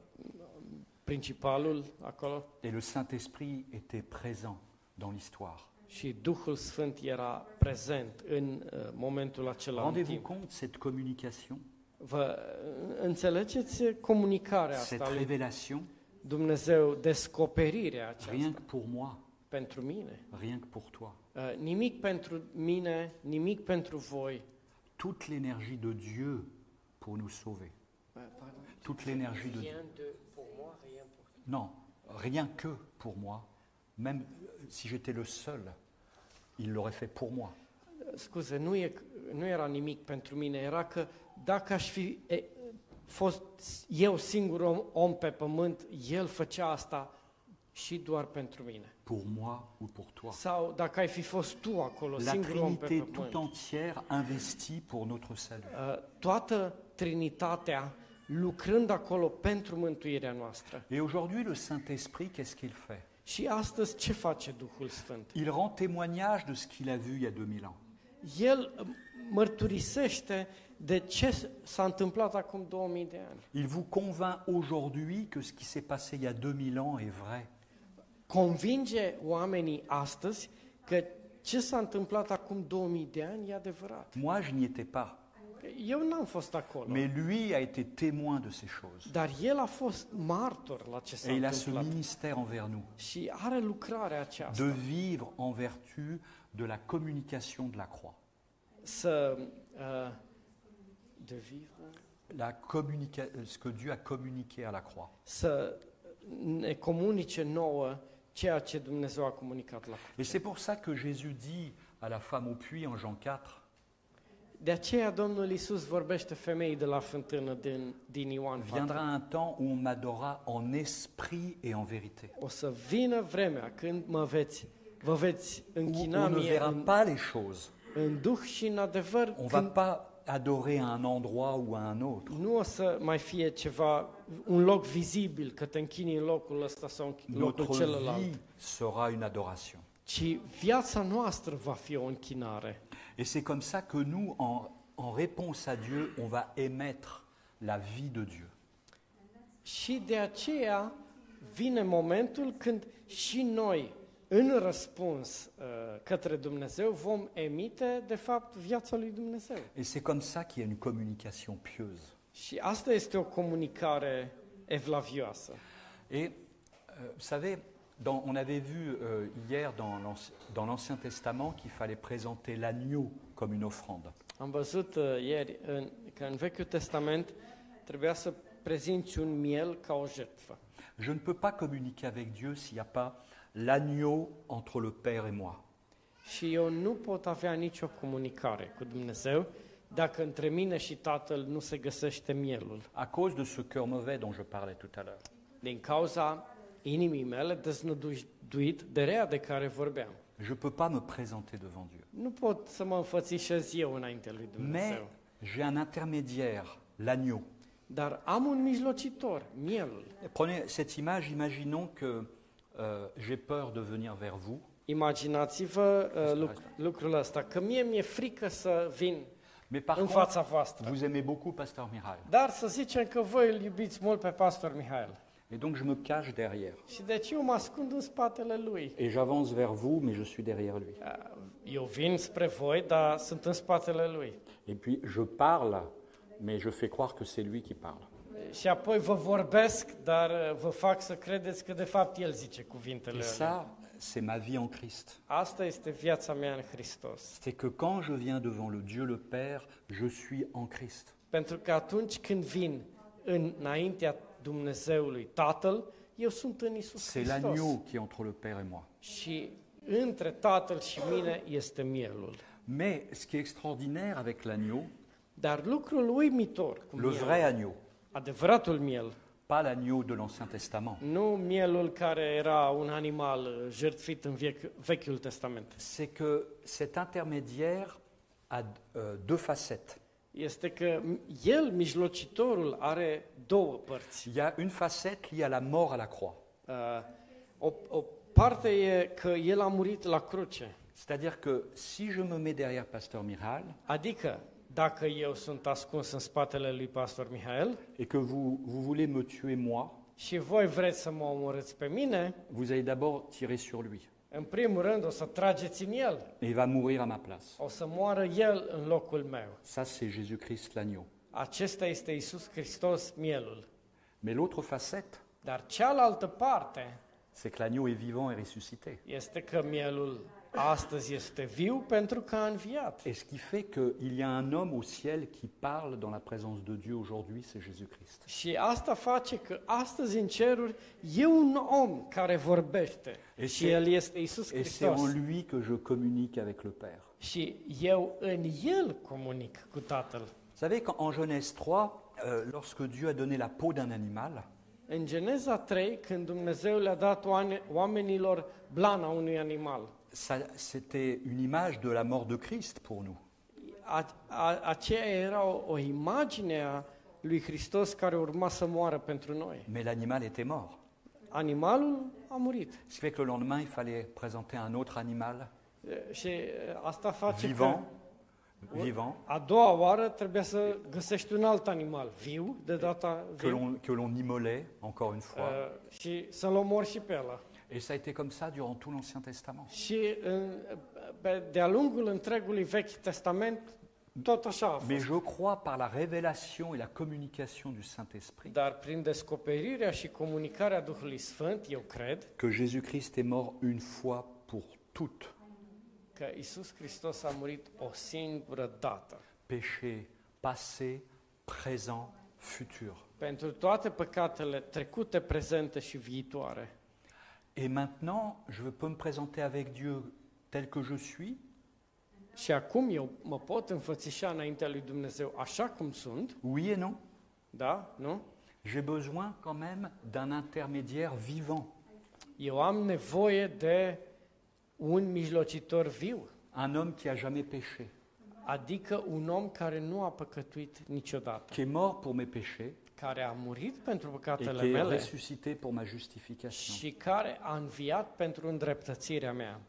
B: principalul acolo
A: Et le Saint-Esprit était présent dans l'histoire.
B: și Duhul Sfânt era prezent în uh, momentul acela în
A: Rendez-vous
B: timp.
A: compte, cette communication,
B: Vă uh, înțelegeți comunicarea
A: cette
B: asta lui
A: révélation,
B: Dumnezeu, descoperirea aceasta
A: rien que pour moi,
B: pentru mine.
A: rien que pour toi.
B: Uh, nimic pentru mine, nimic pentru voi.
A: Toute l'énergie de Dieu pour nous sauver. Toute l'énergie de Dieu. Non, rien que pour moi. Même euh, si j'étais le seul, il l'aurait fait pour moi.
B: Scuze, nu, e, nu era nimic pentru mine, era că dacă aș fi e, fost eu singur om, om pe pământ, el făcea asta și doar pentru mine.
A: Pour moi ou pour toi.
B: Sau dacă ai fi fost tu acolo,
A: La
B: singur om pe
A: Trinité
B: pământ.
A: tout entière investie pour notre salut.
B: Uh, Toată Trinitatea lucrând acolo pentru mântuirea noastră.
A: Et aujourd'hui, le Saint-Esprit, qu'est-ce qu'il fait
B: Și astăzi ce face Duhul Sfânt?
A: Il rend témoignage de ce qu'il a vu il y a 2000 ans.
B: El mărturisește de ce s-a întâmplat acum 2000 de ani.
A: Il vous convainc aujourd'hui que ce qui s'est passé il y a 2000 ans est vrai.
B: Convinge oamenii astăzi că ce s-a întâmplat acum 2000 de ani e adevărat.
A: Moi, je n'y étais pas,
B: Eu n-am fost acolo,
A: mais lui a été témoin de ces choses.
B: dar el a fost martor la ce s-a
A: Et il a ce
B: întâmplat.
A: ministère envers nous,
B: Și are lucrarea aceasta.
A: de vivre en vertu de la communication de la croix.
B: să uh, de vivre,
A: La communica- euh, ce que Dieu a communiqué à la croix.
B: să ne comunice nouă ceea ce Dumnezeu a comunicat la
A: Et
B: cruce.
A: c'est pour ça que Jésus dit à la femme au puits en Jean 4,
B: De aceea Domnul Isus vorbește femeii de la fântână din, din Ioan 4.
A: Viendra un temps où on m'adora en esprit et en vérité.
B: O să vină vremea când mă veți, vă veți
A: Où on
B: închina
A: ne
B: mie
A: verra
B: în,
A: pas les choses.
B: în duh și în adevăr,
A: On va
B: când
A: pas adorer à un endroit ou à un autre.
B: nu o să mai fie ceva, un loc vizibil, că te închini în locul ăsta sau în chi- locul
A: Notre
B: celălalt,
A: vie sera une adoration.
B: ci viața noastră va fi o închinare.
A: Et c'est comme ça que nous, en, en réponse à Dieu, on va émettre la vie de Dieu.
B: Și de aceea vine momentul când și noi, în răspuns uh, către Dumnezeu, vom emite, de fapt, viața lui Dumnezeu.
A: Et c'est comme ça qu'il y a une communication pieuse.
B: Și asta este o comunicare evlavioasă.
A: Et euh, vous savez, dans- on avait vu euh, hier dans l'Anci- dans l'Ancien Testament qu'il fallait présenter l'agneau comme une offrande.
B: Am văzut uh, ieri în, că în Vechiul Testament trebuia să prezinți un miel ca o jertfă.
A: Je ne peux pas communiquer avec Dieu s'il n'y a pas l'agneau entre le Père et moi.
B: Și eu nu pot avea nicio comunicare cu Dumnezeu dacă între mine și Tatăl nu se găsește mielul.
A: À cause de ce cœur mauvais dont je parlais tout à l'heure.
B: din cauza inimii mele deznăduit de rea de care vorbeam.
A: Je ne peux pas me présenter devant Dieu.
B: Nu pot să mă înfățișez eu înainte lui
A: Mais
B: Dumnezeu,
A: j'ai un intermédiaire, l'agneau.
B: dar am un mijlocitor, mielul.
A: Prenez cette image, imaginons que euh, j'ai peur de venir vers vous.
B: Imaginați-vă
A: Asta,
B: uh, luc-
A: asta.
B: lucrul ăsta, că mie mi-e frică să vin
A: Mais par
B: în
A: contre,
B: fața voastră.
A: vous aimez beaucoup Pasteur Miral.
B: Dar să zicem că voi îl iubiți mult pe pastor Mihail.
A: Et donc je me cache derrière.
B: Și deci eu mă ascund în spatele lui.
A: Et j'avance vers vous, mais je suis derrière lui.
B: Uh, Eu vin spre voi, dar sunt în spatele lui.
A: Et puis je parle, mais je fais croire que c'est lui qui parle.
B: Și apoi vă vorbesc, dar uh, vă fac să credeți că de fapt El zice
A: Et
B: cuvintele alea.
A: ça, c'est ma vie en Christ.
B: Asta este viața mea în Hristos.
A: C'est que quand je viens devant le Dieu le Père, je suis en Christ.
B: Pentru că atunci când vin înaintea Dumnezeului Tatăl, eu sunt în Isus
A: C'est
B: Hristos.
A: l'agneau qui est entre le Père et moi.
B: Și între Tatăl și mine este mielul.
A: Mais ce qui est extraordinaire avec l'agneau,
B: Dar lucrul uimitor cu
A: le
B: miel,
A: vrai agneau,
B: adevăratul miel,
A: pas l'agneau de l'Ancien Testament,
B: nu mielul care era un animal uh, jertfit în vechi, Vechiul Testament,
A: c'est que cet intermédiaire a euh, deux facettes.
B: este că el, mijlocitorul, are două părți.
A: Il y a une facette liée à la mort à la croix.
B: Uh, o, o parte e că el a murit la cruce.
A: C'est-à-dire que si je me mets derrière Pasteur Miral
B: Adică, dacă eu sunt ascuns în spatele lui pastor Mihail
A: et que vous, vous voulez me tuer moi,
B: și voi vreți să mă omorâți pe mine,
A: vous allez d'abord tirer sur lui.
B: în primul rând o să trageți în el.
A: Et il va mourir à ma place.
B: O să moară el în locul meu.
A: Ça, c'est Jésus-Christ l'agneau.
B: Acesta este Isus Hristos, mielul.
A: Mais l'autre facette,
B: Dar cealaltă parte
A: c'est que l'agneau est vivant et ressuscité.
B: este că mielul astăzi este viu pentru că a înviat.
A: Et ce qui fait qu'il y a un homme au ciel qui parle dans la présence de Dieu aujourd'hui, c'est Jésus-Christ.
B: Și asta face că astăzi în ceruri e un om care vorbește
A: Este-
B: și el este Isus
A: Et c'est en
B: Hristos.
A: lui que je communique avec le Père.
B: Și eu în el comunic cu Tatăl.
A: Vous savez qu'en Genèse 3, euh, lorsque Dieu a donné la peau d'un animal,
B: În Geneza 3, când Dumnezeu le-a dat oane- oamenilor blana unui animal,
A: ça- c'était une image de la mort de Christ pour nous.
B: a, a, aceea era o, o imagine a lui Hristos care urma să moară pentru noi.
A: Mais l'animal était mort.
B: animalul a murit.
A: Ce qui fait que le lendemain, il fallait présenter un autre animal
B: E, Și e, asta face
A: vivant,
B: că
A: vivant
B: a doua oară trebuia să găsești un alt animal viu, de data
A: que
B: viu,
A: l'on que l'on immolait, encore une fois.
B: e, și să-l omori și pe ăla.
A: Et ça a été comme ça durant tout l'Ancien Testament.
B: Și în, pe, de-a lungul întregului Vechi Testament, tot așa a
A: Mais
B: fost.
A: je crois par la révélation et la communication du Saint-Esprit
B: Dar prin descoperirea și comunicarea Duhului Sfânt, eu cred
A: que Jésus-Christ est mort une fois pour toutes,
B: că Isus Hristos a murit o singură dată.
A: péché passé, présent, futur.
B: Pentru toate păcatele trecute, prezente și viitoare.
A: Et maintenant, je peux me présenter avec Dieu tel que je suis,
B: Și acum eu mă pot înfățișa înaintea lui Dumnezeu așa cum sunt,
A: oui et non.
B: da? Nu?
A: J'ai besoin quand même d'un intermédiaire vivant,
B: Eu am nevoie de un mijlocitor viu,
A: un homme qui a jamais péché,
B: adică un om care nu a păcătuit niciodată,
A: qui est mort pour mes péchés
B: care a murit pentru
A: et qui
B: păcatele
A: est
B: mele
A: ressuscité pour ma justification.
B: și care a înviat pentru îndreptățirea mea.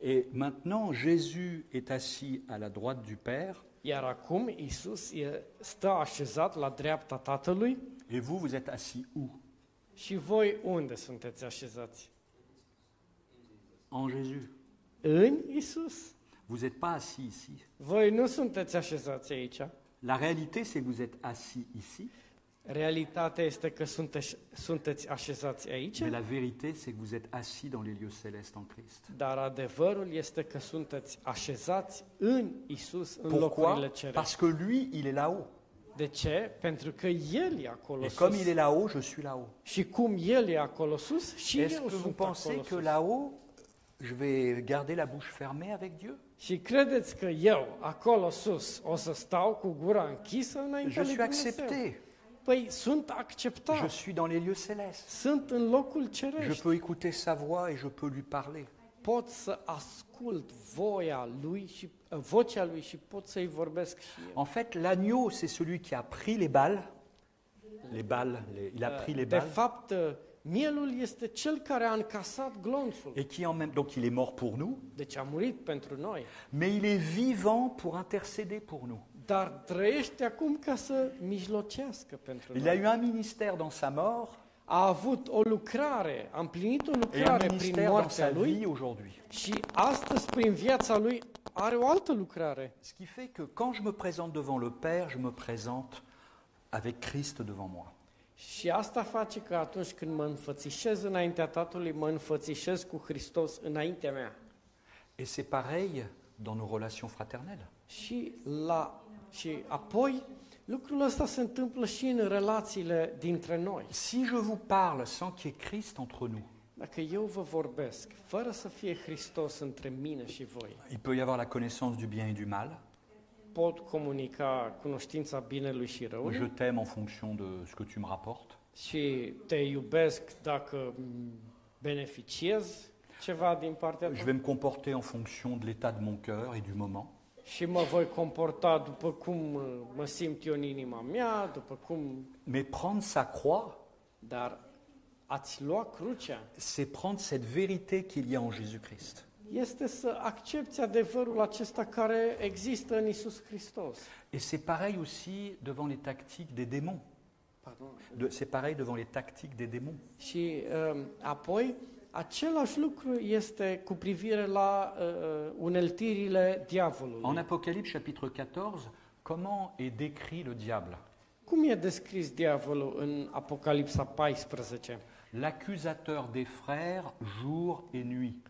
A: Et maintenant, Jésus est assis à la droite du Père,
B: Iar acum Isus e, stă așezat la dreapta Tatălui
A: et vous, vous êtes assis où
B: și voi unde sunteți așezați?
A: En Jésus.
B: În Isus.
A: Vous n'êtes pas assis ici.
B: Voi nu sunteți așezați aici.
A: La réalité, c'est que vous êtes assis ici,
B: Realitatea este că sunteți, sunteți așezați aici,
A: mais la vérité, c'est que vous êtes assis dans les lieux célestes en Christ.
B: dar adevărul este că sunteți așezați în Isus, în
A: Pourquoi
B: locurile cerești.
A: Parce que lui, il est là-haut.
B: De ce? Pentru că El e acolo
A: Et
B: sus.
A: comme il est là-haut, je suis là-haut.
B: Și cum El e acolo sus, și
A: Est-ce
B: eu
A: que vous
B: sunt
A: pensez
B: acolo
A: que
B: sus.
A: là-haut, je vais garder la bouche fermée avec Dieu
B: Și credeți că eu, acolo sus, o să stau cu gura închisă înaintea
A: Je
B: lui
A: suis
B: Dumnezeu?
A: accepté.
B: Păi sunt
A: Je
B: acceptat,
A: suis dans les lieux célestes.
B: sunt în locul
A: Je
B: cerești,
A: peux écouter sa voix et je peux lui parler.
B: pot să ascult voia lui și vocea lui și pot să-i vorbesc și eu.
A: En fait, l'agneau, c'est celui qui a pris les balles. Les balles, les- il a pris les
B: De
A: balles.
B: fapt, uh, mielul este cel care a încasat glonțul.
A: Et qui en même donc il est mort pour nous,
B: Deci a murit pentru noi,
A: mais il est vivant pour intercéder pour nous.
B: dar trăiește acum ca să mijlocească pentru
A: Il a
B: noi.
A: eu un ministère dans sa mort
B: A avut o lucrare, a împlinit o
A: et un
B: lucrare prin
A: ministère dans sa
B: moartea lui
A: vie aujourd'hui.
B: și astăzi, prin viața lui, are o altă lucrare.
A: Ce qui fait que quand je me présente devant le Père, je me présente avec Christ devant moi.
B: Și asta face că atunci când mă înfățișez înaintea Tatălui, mă înfățișez cu Hristos înaintea mea.
A: Et c'est pareil dans nos relations fraternelles.
B: Și, la, și apoi, lucrul ăsta se întâmplă și în relațiile dintre noi.
A: Si je vous parle sans qu'il y ait Christ entre nous,
B: Dacă eu vă vorbesc fără să fie Hristos între mine și voi,
A: il peut y avoir la connaissance du bien et du mal.
B: pot comunica cunoștința binelui și
A: Je
B: răului
A: t'aime en fonction de ce que tu me rapportes.
B: și te iubesc dacă m, beneficiez ceva din partea
A: Je
B: ta
A: vais me comporter en fonction de l'état de mon cœur et du moment.
B: și mă voi comporta după cum uh, mă simt eu în inima mea, după cum...
A: Mais prendre sa croix,
B: Dar ați lua crucea
A: c'est prendre cette vérité qu'il y a en Jésus-Christ.
B: este să accepti adevărul acesta care există în Isus Hristos.
A: Et c'est pareil aussi devant les tactiques des démons. De- c'est pareil devant les tactiques des démons.
B: Și um, apoi, același lucru este cu privire la uh, uneltirile diavolului.
A: En Apocalypse chapitre 14, comment est décrit le diable
B: Cum e descris diavolul în Apocalipsa 14?
A: L'accusateur des frères jour et nuit.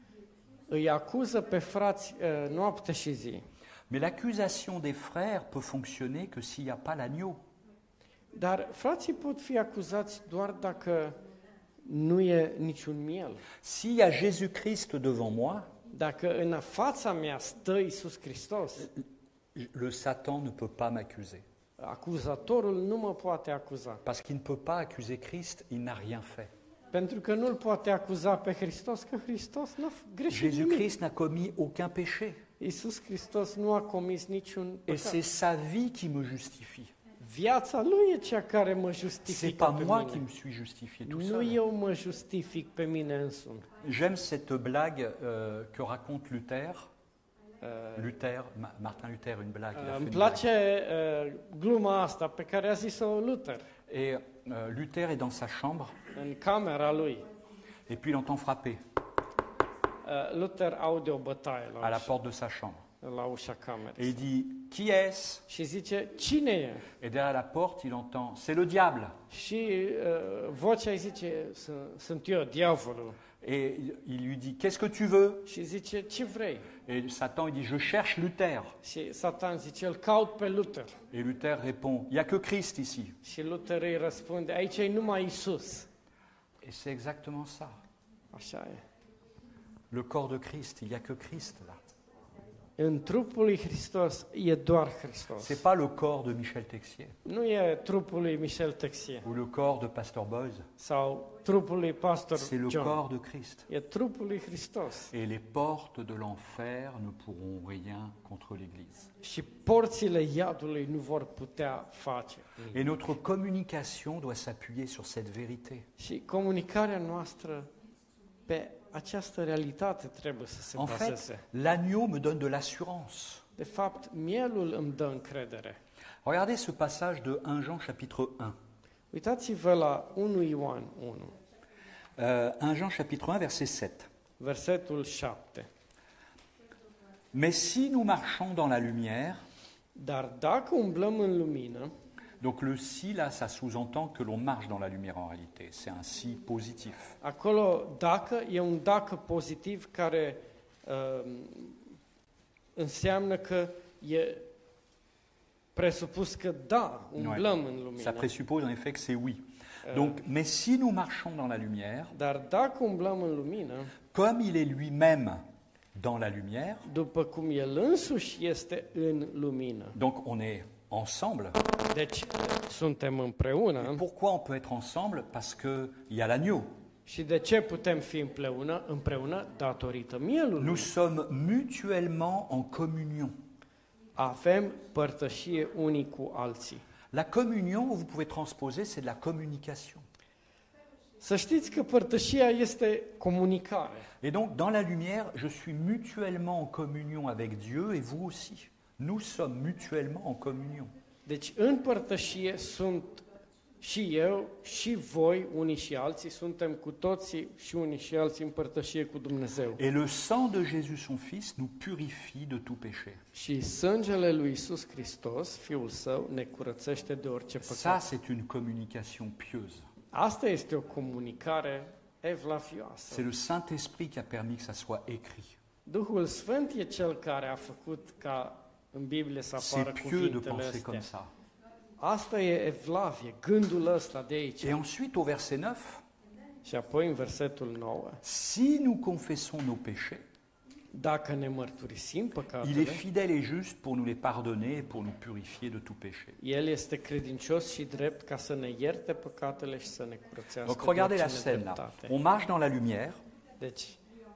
B: Îi acuză pe frați uh, noapte și zi.
A: Mais l'accusation des frères peut fonctionner que s'il n'y a pas l'agneau.
B: Dar frații pot fi acuzați doar dacă nu e niciun miel.
A: S'il y a Jésus-Christ devant moi,
B: Dacă în fața mea stă Isus Hristos,
A: le Satan ne peut pas m'accuser.
B: acuzatorul nu mă poate acuza.
A: Parce qu'il ne peut pas accuser Christ, il n'a rien fait.
B: Pentru că nu-l poate acuza pe Hristos, că Hristos n-a f- greșit nimic.
A: Jésus-Christ n'a commis aucun péché.
B: Iisus Hristos nu a comis niciun
A: Et
B: păcat.
A: c'est sa vie qui me justifie.
B: Viața nu e cea care mă
A: C'est
B: justifică
A: pas
B: pe
A: moi
B: mine.
A: qui me suis justifié tout
B: Nu
A: seul.
B: eu mă justific pe mine însumi.
A: J'aime cette blague euh, que raconte Luther. Luther, Ma- Martin Luther, une blague. il a
B: Uh,
A: fait
B: Îmi
A: une blague.
B: place uh, gluma asta pe care a zis-o Luther
A: Et euh, Luther est dans sa chambre
B: în camera lui.
A: et puis il entend frapper
B: Uh, Luther aude o bătaie la,
A: à la
B: ușa,
A: porte de sa chambre.
B: la ușa camerei.
A: Et il dit Qui est-ce
B: Și zice, cine e?
A: Et derrière la porte, il entend C'est le diable.
B: Și uh, vocea îi zice, "Sunt- sunt eu, diavolul.
A: Et il- il lui dit Qu'est-ce que tu veux
B: Și zice, ce vrei?
A: Et Satan il dit Je cherche Luther.
B: Și Satan zice, îl caut pe Luther.
A: Et Luther répond Il n'y a que Christ ici.
B: Și Luther îi răspunde, aici e numai Isus.
A: Et c'est exactement ça.
B: Așa e.
A: Le corps de Christ, il n'y a que Christ là.
B: În trupul lui Hristos e doar Hristos.
A: C'est pas le corps de Michel Texier
B: Nu e trupul lui Michel Texier
A: ou le corps de Pasteur Boys.
B: sau trupul lui Pastor
A: C'est le
B: John.
A: corps de Christ.
B: E trupul lui Hristos.
A: Et les portes de l'enfer ne pourront rien contre l'Église.
B: Și porțile iadului nu vor putea face.
A: Et notre communication doit s'appuyer sur cette vérité.
B: Și comunicarea noastră pe această realitate trebuie să se
A: En
B: bazeze.
A: fait, l'agneau me donne de l'assurance.
B: De fapt, mielul îmi dă încredere.
A: Regardez ce passage de 1 Jean chapitre 1.
B: Uitați-vă la 1 Ioan 1,
A: Euh, 1 Jean chapitre 1 verset 7.
B: versetul 7.
A: Mais si nous marchons dans la lumière,
B: Dar dacă umblăm în lumină,
A: donc le si là, ça sous-entend que l'on marche dans la lumière en réalité. C'est un si positif.
B: acolo dacă e un dacă pozitiv care uh, înseamnă că e presupus că da, umblăm în
A: Ça
B: lumină.
A: présuppose en effet que c'est oui.
B: Euh.
A: Donc, mais si nous marchons dans la lumière,
B: Dar dacă umblăm în lumină,
A: comme il est lui-même dans la lumière,
B: după cum El însuși este în lumină,
A: donc on est ensemble.
B: deci suntem împreună,
A: Pourquoi on peut être ensemble Parce qu'il y a l'agneau.
B: Și de ce putem fi împreună? Împreună datorită mielului.
A: Nous sommes mutuellement en communion.
B: Avem părtășie unii cu alții.
A: La communion, vous pouvez transposer, c'est de la communication.
B: Să știți că părtășia este comunicare.
A: Et donc, dans la lumière, je suis mutuellement en communion avec Dieu et vous aussi. Nous sommes mutuellement en communion.
B: Deci în părtășie sunt și eu, și voi, unii și alții, suntem cu toții și unii și alții în părtășie cu Dumnezeu.
A: Et le sang de Jésus, son Fils, nous purifie de tout péché.
B: Și sângele lui Isus Hristos, Fiul Său, ne curățește de orice
A: Ça,
B: păcat.
A: c'est une communication pieuse.
B: Asta este o comunicare evlavioasă.
A: C'est le Saint-Esprit qui a permis que ça soit écrit.
B: Duhul Sfânt e cel care a făcut ca în Biblie să
A: C'est
B: apară
A: pieux de
B: cuvintele
A: penser
B: astea.
A: comme ça.
B: Asta e evlavie, gândul ăsta de aici.
A: Et ensuite, au verset 9,
B: Și apoi în versetul 9,
A: si nous confessons nos péchés,
B: dacă ne mărturisim
A: il est
B: păcatele,
A: fidèle et juste pour nous les pardonner et pour nous purifier de tout péché.
B: El este credincios și drept ca să ne ierte păcatele și să ne curățească
A: Donc regardez
B: de
A: la
B: orice
A: scène là.
B: nedreptate.
A: On marche dans la lumière,
B: Deci,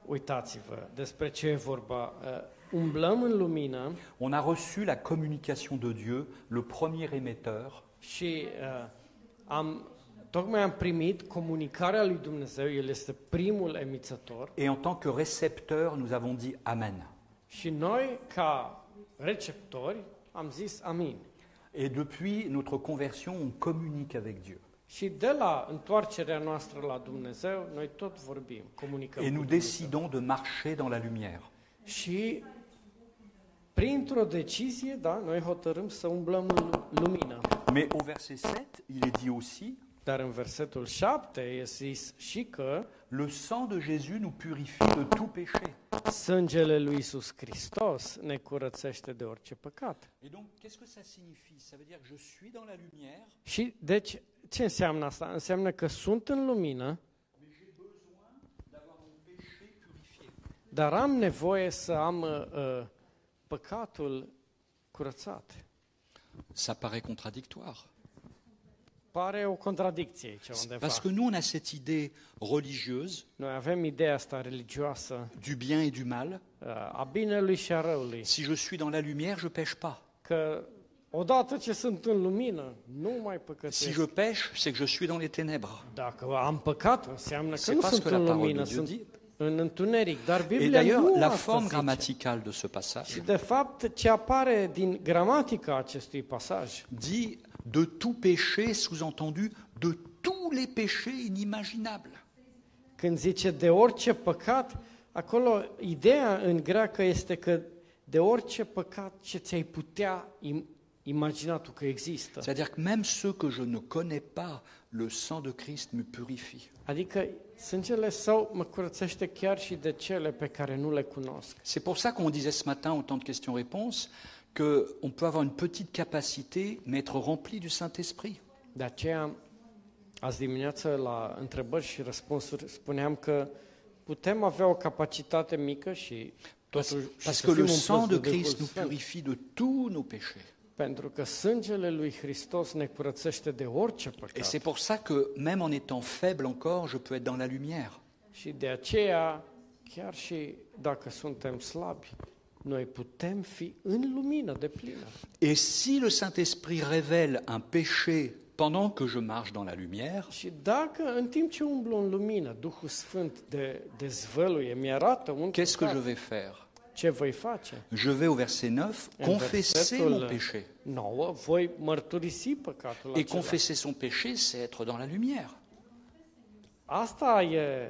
B: uitați-vă despre ce e vorba. Uh, Umblăm în lumină
A: on a reçu la communication de Dieu, le premier émetteur,
B: și uh, am, tocmai am primit comunicarea lui Dumnezeu, El este primul emițător.
A: et en tant que récepteur, nous avons dit Amen.
B: Și noi, ca receptori, am zis amin.
A: Et depuis notre conversion, on communique avec Dieu.
B: Și de la întoarcerea noastră la Dumnezeu, noi tot vorbim, comunicăm.
A: Et
B: cu
A: nous
B: Dumnezeu.
A: décidons de marcher dans la lumière.
B: Și printr-o decizie, da, noi hotărâm să umblăm în lumină.
A: Mais au verset 7, il est dit aussi,
B: Dar în versetul 7 e zis și că
A: le sang de Jésus nous purifie de tout péché.
B: sângele lui Isus Hristos ne curățește de orice păcat.
A: Et donc, qu'est-ce que ça signifie Ça veut dire que je suis dans la lumière,
B: Și deci, ce înseamnă asta? Înseamnă că sunt în lumină,
A: mais j'ai besoin d'avoir mon péché purifié.
B: Dar am nevoie să am uh, uh, păcatul curățat.
A: Ça paraît contradictoire.
B: Pare o contradicție aici undeva.
A: Parce que nous, on a cette idée religieuse
B: Noi avem ideea asta religioasă
A: du bien et du mal.
B: uh, a binelui și a răului,
A: Si je suis dans la lumière, je pêche pas.
B: că Odată ce sunt în lumină, nu mai
A: Si
B: păcătesc.
A: je pêche, c'est que je suis dans les ténèbres.
B: Dacă am păcat, înseamnă că
A: C'est
B: nu
A: pas ce
B: sunt
A: que la
B: în
A: parole
B: lumină,
A: de Dieu
B: sunt
A: dit.
B: în întuneric. Dar
A: Et
B: Biblia
A: d'ailleurs,
B: nu
A: la
B: asta
A: forme
B: zice.
A: grammaticale de ce
B: Și
A: passage
B: de fapt, ce apare din gramatica acestui pasaj
A: dit de tout péché, sous-entendu de tous les péchés inimaginables.
B: Când zice de orice păcat, acolo ideea în greacă este că de orice păcat ce ți-ai putea im- imagina tu că există.
A: C'est-à-dire que même ceux que je ne connais pas, le sang de Christ me purifie.
B: Adică sângele său mă curățește chiar și de cele pe care nu le cunosc.
A: C'est pour ça qu'on disait ce matin au temps de questions-réponses qu'on peut avoir une petite capacité, mais être rempli du Saint-Esprit.
B: De aceea, azi dimineață la întrebări și răspunsuri spuneam că putem avea o capacitate mică și
A: Parce,
B: totuși și
A: parce
B: să
A: que
B: fim
A: le
B: umpluți
A: sang de
B: de Duhul
A: Christ nous
B: Sfânt.
A: purifie de tous nos péchés.
B: Pentru că sângele lui Hristos ne curățește de orice
A: Et
B: păcat.
A: c'est pour ça que même en étant faible encore, je peux être dans la lumière.
B: Și de aceea, chiar și dacă suntem slabi, noi putem fi în lumină de plină.
A: Et si le Saint-Esprit révèle un péché pendant que je marche dans la lumière,
B: Și dacă în timp ce umblu în lumină, Duhul Sfânt de, dezvăluie, mi-arată un
A: qu'est-ce que
B: păcat,
A: je vais faire
B: ce voi face?
A: Je vais au verset 9
B: În
A: confesser
B: versetul
A: mon péché.
B: 9, voi mărturisi păcatul
A: Et
B: acela.
A: confesser son péché, c'est être dans la lumière.
B: Asta e,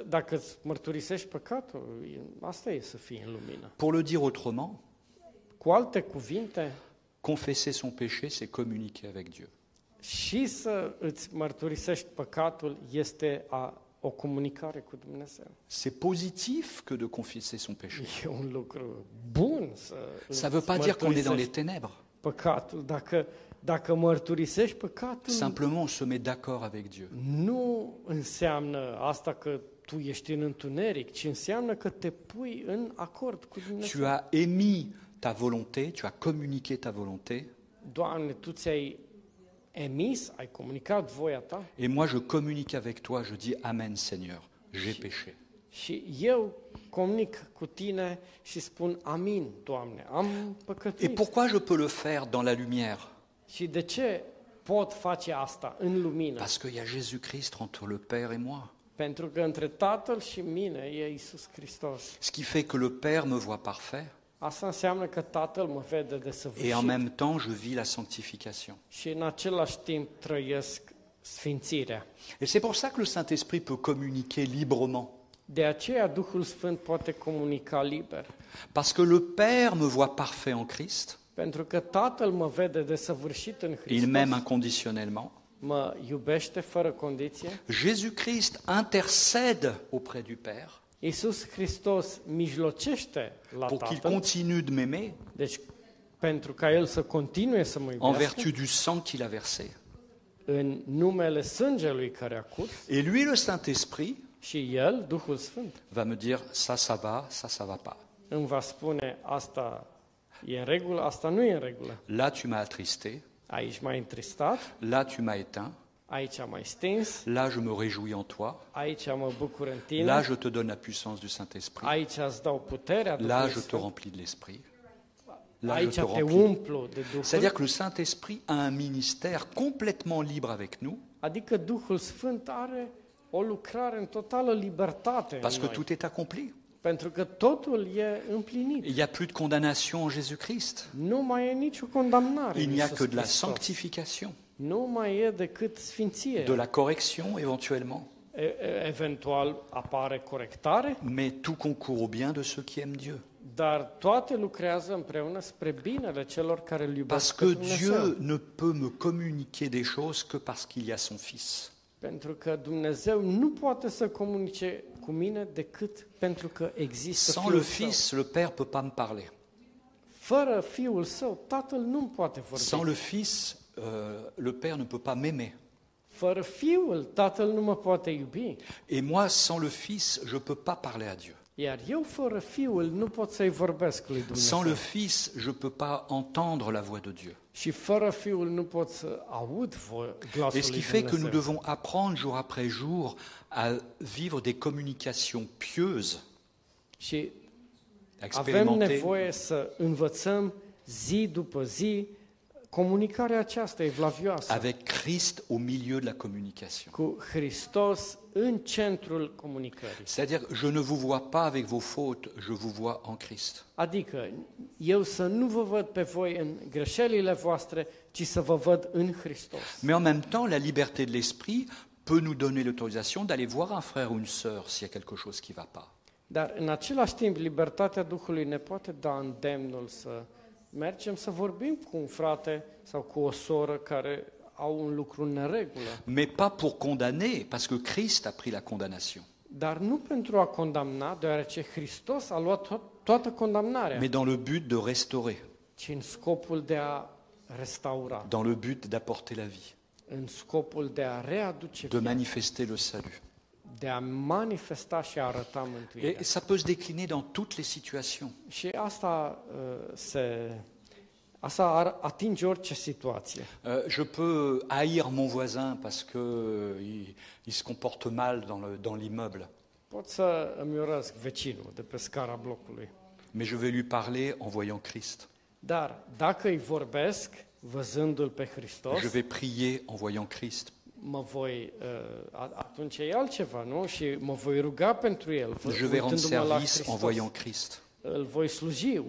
B: ă, dacă îți mărturisești păcatul, e- asta e să fii în lumină.
A: Pour le dire autrement,
B: Cu alte cuvinte,
A: confesser son péché, c'est communiquer avec Dieu.
B: Și să îți mărturisești păcatul este a, o comunicare cu Dumnezeu.
A: C'est positif que de confesser son péché.
B: E un lucru bun să
A: Ça
B: îți
A: ne veut pas dire qu'on est dans les
B: mărturisești
A: ténèbres.
B: păcatul. Dacă, dacă mărturisești păcatul,
A: Simplement, on se met d'accord avec Dieu.
B: nu înseamnă asta că tu ești în întuneric, ci înseamnă că te pui în acord cu Dumnezeu.
A: Tu as émis ta volonté, tu as communiqué ta volonté,
B: Doamne, Tu ți-ai emis, ai comunicat voia Ta
A: et moi je communique avec toi, je dis Amen Seigneur, j'ai péché.
B: și eu comunic cu Tine și spun amin, Doamne, am
A: Et
B: păcătuit.
A: pourquoi je peux le faire dans la lumière
B: Și de ce pot face asta în lumină?
A: Parce qu'il y a Jésus-Christ entre le Père et moi.
B: Pentru că între Tatăl și mine e Isus Hristos.
A: Ce qui fait que le Père me voit parfait
B: Asta înseamnă că Tatăl mă vede de
A: et en
B: săvârșit
A: même temps je vis la sanctification.
B: și în același timp trăiesc sfințirea.
A: Et c'est pour ça que le Saint-Esprit peut communiquer librement.
B: De aceea Duhul Sfânt poate comunica liber.
A: Parce que le Père me voit parfait en Christ,
B: Pentru că Tatăl mă vede de săvârșit în
A: il m'aime
B: Hristos,
A: inconditionnellement.
B: mă iubește fără condiție.
A: Jésus-Christ intercède auprès du Père
B: Iisus Hristos mijlocește la
A: pour qu'il
B: Tatăl,
A: continue de m'aimer
B: deci pentru ca El să continue să mă
A: en
B: iubească.
A: vertu du sang qu'il a versé.
B: în numele sângelui care a curs
A: Et lui, le Saint-Esprit,
B: și El, Duhul Sfânt,
A: va me dire ça, ça va, ça, ça va pas.
B: îmi va spune asta e în regulă, asta nu e în regulă.
A: Là, tu m'as attristé,
B: Aici m-ai întristat,
A: là, tu m'as éteint,
B: aici m-ai stins,
A: là, je me réjouis en toi,
B: aici mă bucur în tine,
A: là, Ah, je te donne la puissance du Saint-Esprit,
B: aici îți dau puterea
A: là,
B: Duhului
A: je te
B: Sfânt,
A: remplis de l'Esprit, là, je
B: aici
A: te
B: te
A: remplis.
B: umplu de Duhul.
A: C'est-à-dire que le Saint-Esprit a un ministère complètement libre avec nous,
B: Adică Duhul Sfânt are o lucrare în totală libertate în
A: parce que
B: noi,
A: tout est accompli.
B: pentru că totul e împlinit.
A: Il n'y a plus de condamnation en Jésus-Christ.
B: Nu mai e nicio condamnare.
A: Il
B: în
A: n'y a
B: Iisus
A: que de la
B: Hristos.
A: sanctification,
B: Nu mai e decât sfinție.
A: de la correction éventuellement,
B: E- e- Eventual apare corectare,
A: mais tout concourt au bien de ceux qui aiment Dieu.
B: dar toate lucrează împreună spre binele celor care îl
A: Parce
B: iubesc pe
A: que
B: Dumnezeu.
A: Dieu ne peut me communiquer des choses que parce qu'il y a son Fils.
B: Pentru că Dumnezeu nu poate să comunice cu mine decât pentru că există
A: Sans
B: Fiul
A: le
B: Său.
A: Fils, le Père ne peut pas me parler.
B: Fără Fiul Său, Tatăl nu poate vorbi.
A: Sans le Fils, euh, le Père ne peut pas m'aimer.
B: Fără Fiul, Tatăl nu mă poate iubi.
A: Et moi, sans le Fils, je ne peux pas parler à Dieu.
B: Iar eu, fără Fiul, nu pot să-i vorbesc lui Dumnezeu.
A: Sans le Fils, je ne peux pas entendre la voix de Dieu.
B: Și fără Fiul nu pot să aud vo- glasul
A: Et ce
B: lui
A: qui fait que nous
B: Dumnezeu.
A: devons apprendre jour après jour à vivre des communications pieuses,
B: Și
A: à
B: Avem
A: expérimenter
B: nevoie să învățăm zi după zi Comunicarea aceasta e vlavioasă
A: avec Christ au milieu de la communication.
B: cu Hristos în centrul comunicării.
A: C'est-à-dire, je ne vous vois pas avec vos fautes, je vous vois en Christ.
B: Adică eu să nu vă văd pe voi în greșelile voastre, ci să vă văd în Hristos.
A: Mais en même temps, la liberté de l'esprit peut nous donner l'autorisation d'aller voir un frère ou une sœur s'il y a quelque chose qui ne va pas.
B: Dar în același timp, libertatea Duhului ne poate da îndemnul să mergem să vorbim cu un frate sau cu o soră care au un lucru în neregulă,
A: Mais pas pour condamner, parce que Christ a pris la condamnation,
B: dar nu pentru a condamna, deoarece Hristos a luat to- toată condamnarea,
A: mais dans le but de restaurer,
B: ci în scopul de a restaura,
A: dans le but d'apporter la vie,
B: în scopul de a readuce
A: de
B: viața,
A: manifester le salut.
B: de a manifesta și a arăta mântuirea.
A: Et ça peut se décliner dans toutes les situations.
B: Și asta uh, se asta ar atinge orice situație.
A: Euh, je peux haïr mon voisin parce qu'il il se comporte mal dans le- dans l'immeuble,
B: Pot să îmi urăsc vecinul de pe scara blocului.
A: mais je vais lui parler en voyant Christ.
B: Dar dacă îi vorbesc văzându-l pe Hristos,
A: Je vais prier en voyant Christ.
B: mă voi uh, a- atunci e altceva, nu? Și mă voi ruga pentru el,
A: Je
B: vă-
A: vais rendre
B: uitându-mă la
A: service en
B: Hristos.
A: voyant Christ.
B: Îl voi sluji uh,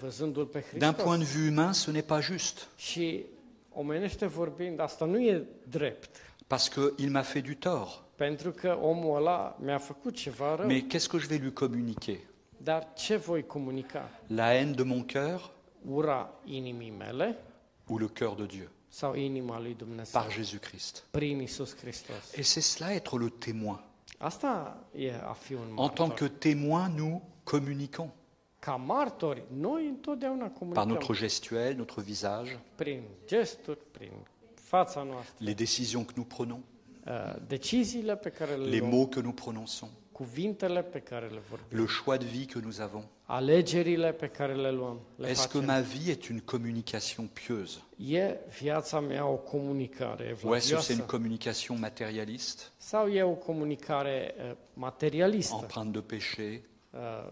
B: văzându-l pe
A: D'un
B: Hristos.
A: point de vue humain, ce n'est pas juste,
B: Și omenește vorbind, asta nu e drept,
A: parce qu'il m'a fait du tort.
B: pentru că omul ăla mi-a făcut ceva rău.
A: Mais qu'est-ce que je vais lui communiquer
B: Dar ce voi comunica?
A: La haine de mon cœur
B: Ura inimii mele
A: ou le cœur de Dieu
B: sau inima lui Dumnezeu?
A: Par Jésus-Christ.
B: Prin Isus Hristos.
A: Et c'est cela être le témoin.
B: Asta e a fi un
A: En tant
B: martor.
A: que témoin, nous communiquons
B: Ca martori, noi întotdeauna comunicăm
A: par notre gestuelle, notre visage,
B: prin gesturi, prin fața noastră,
A: les décisions que nous prenons,
B: uh, deciziile pe care le
A: les
B: luăm,
A: mots que nous prononçons,
B: cuvintele pe care le vorbim,
A: le choix de vie que nous avons.
B: alegerile pe care le luăm, le
A: Est-ce que
B: facem.
A: ma vie est une communication pieuse
B: E viața mea o comunicare
A: Ou est-ce que c'est une
B: evlavioasă
A: communication matérialiste,
B: sau e o comunicare uh, materialistă,
A: empreinte de péché,
B: uh,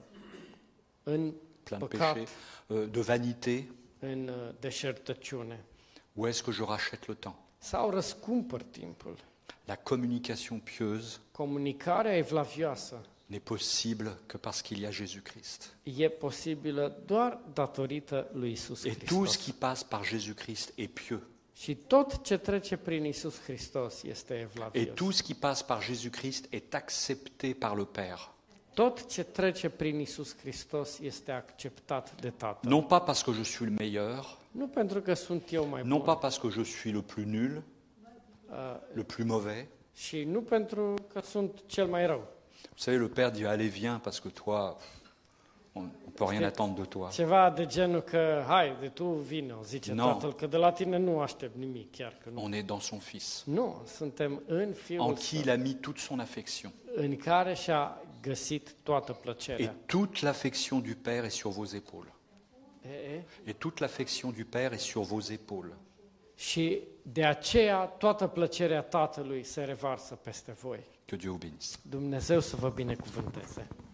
B: în
A: plein de
B: păcat,
A: péchés, euh, de vanité
B: în uh, deșertăciune?
A: Ou est-ce que je rachète le temps
B: Sau răscumpăr timpul?
A: La communication pieuse
B: Comunicarea evlavioasă
A: n'est possible que parce qu'il y a Jésus-Christ.
B: e posibilă doar datorită lui Isus
A: Et tout ce
B: Hristos.
A: qui passe par Jésus-Christ est pieux.
B: Și tot ce trece prin Isus Hristos este
A: Et
B: evlavios.
A: tout ce qui passe par Jésus-Christ est accepté par le Père.
B: Tot ce trece prin Isus Hristos este acceptat de Tatăl.
A: Non pas parce que je suis le meilleur,
B: Nu pentru că sunt eu mai
A: non
B: bun
A: pas parce que je suis le plus nul, le plus mauvais.
B: și nu pentru că sunt cel mai rău.
A: Vous savez, le Père dit Allez, viens, parce que toi, on ne peut rien
B: C'est-
A: attendre de toi.
B: Ceva de genul că, hai, de tu vino, zice
A: Nu.
B: Tatăl, că de la tine nu aștept nimic, chiar că nu.
A: On est dans son Fils,
B: Nu, suntem în
A: en
B: Fiul
A: qui
B: Său.
A: il a mis toute son affection.
B: în care și-a găsit toată
A: Et
B: plăcerea.
A: toute l'affection du Père est sur vos épaules.
B: E, e.
A: Et toute l'affection du Père est sur vos épaules.
B: Și de aceea toată plăcerea Tatălui se revarsă peste voi.
A: Que Dieu vous bénisse.
B: Dumnezeu să vă binecuvânteze.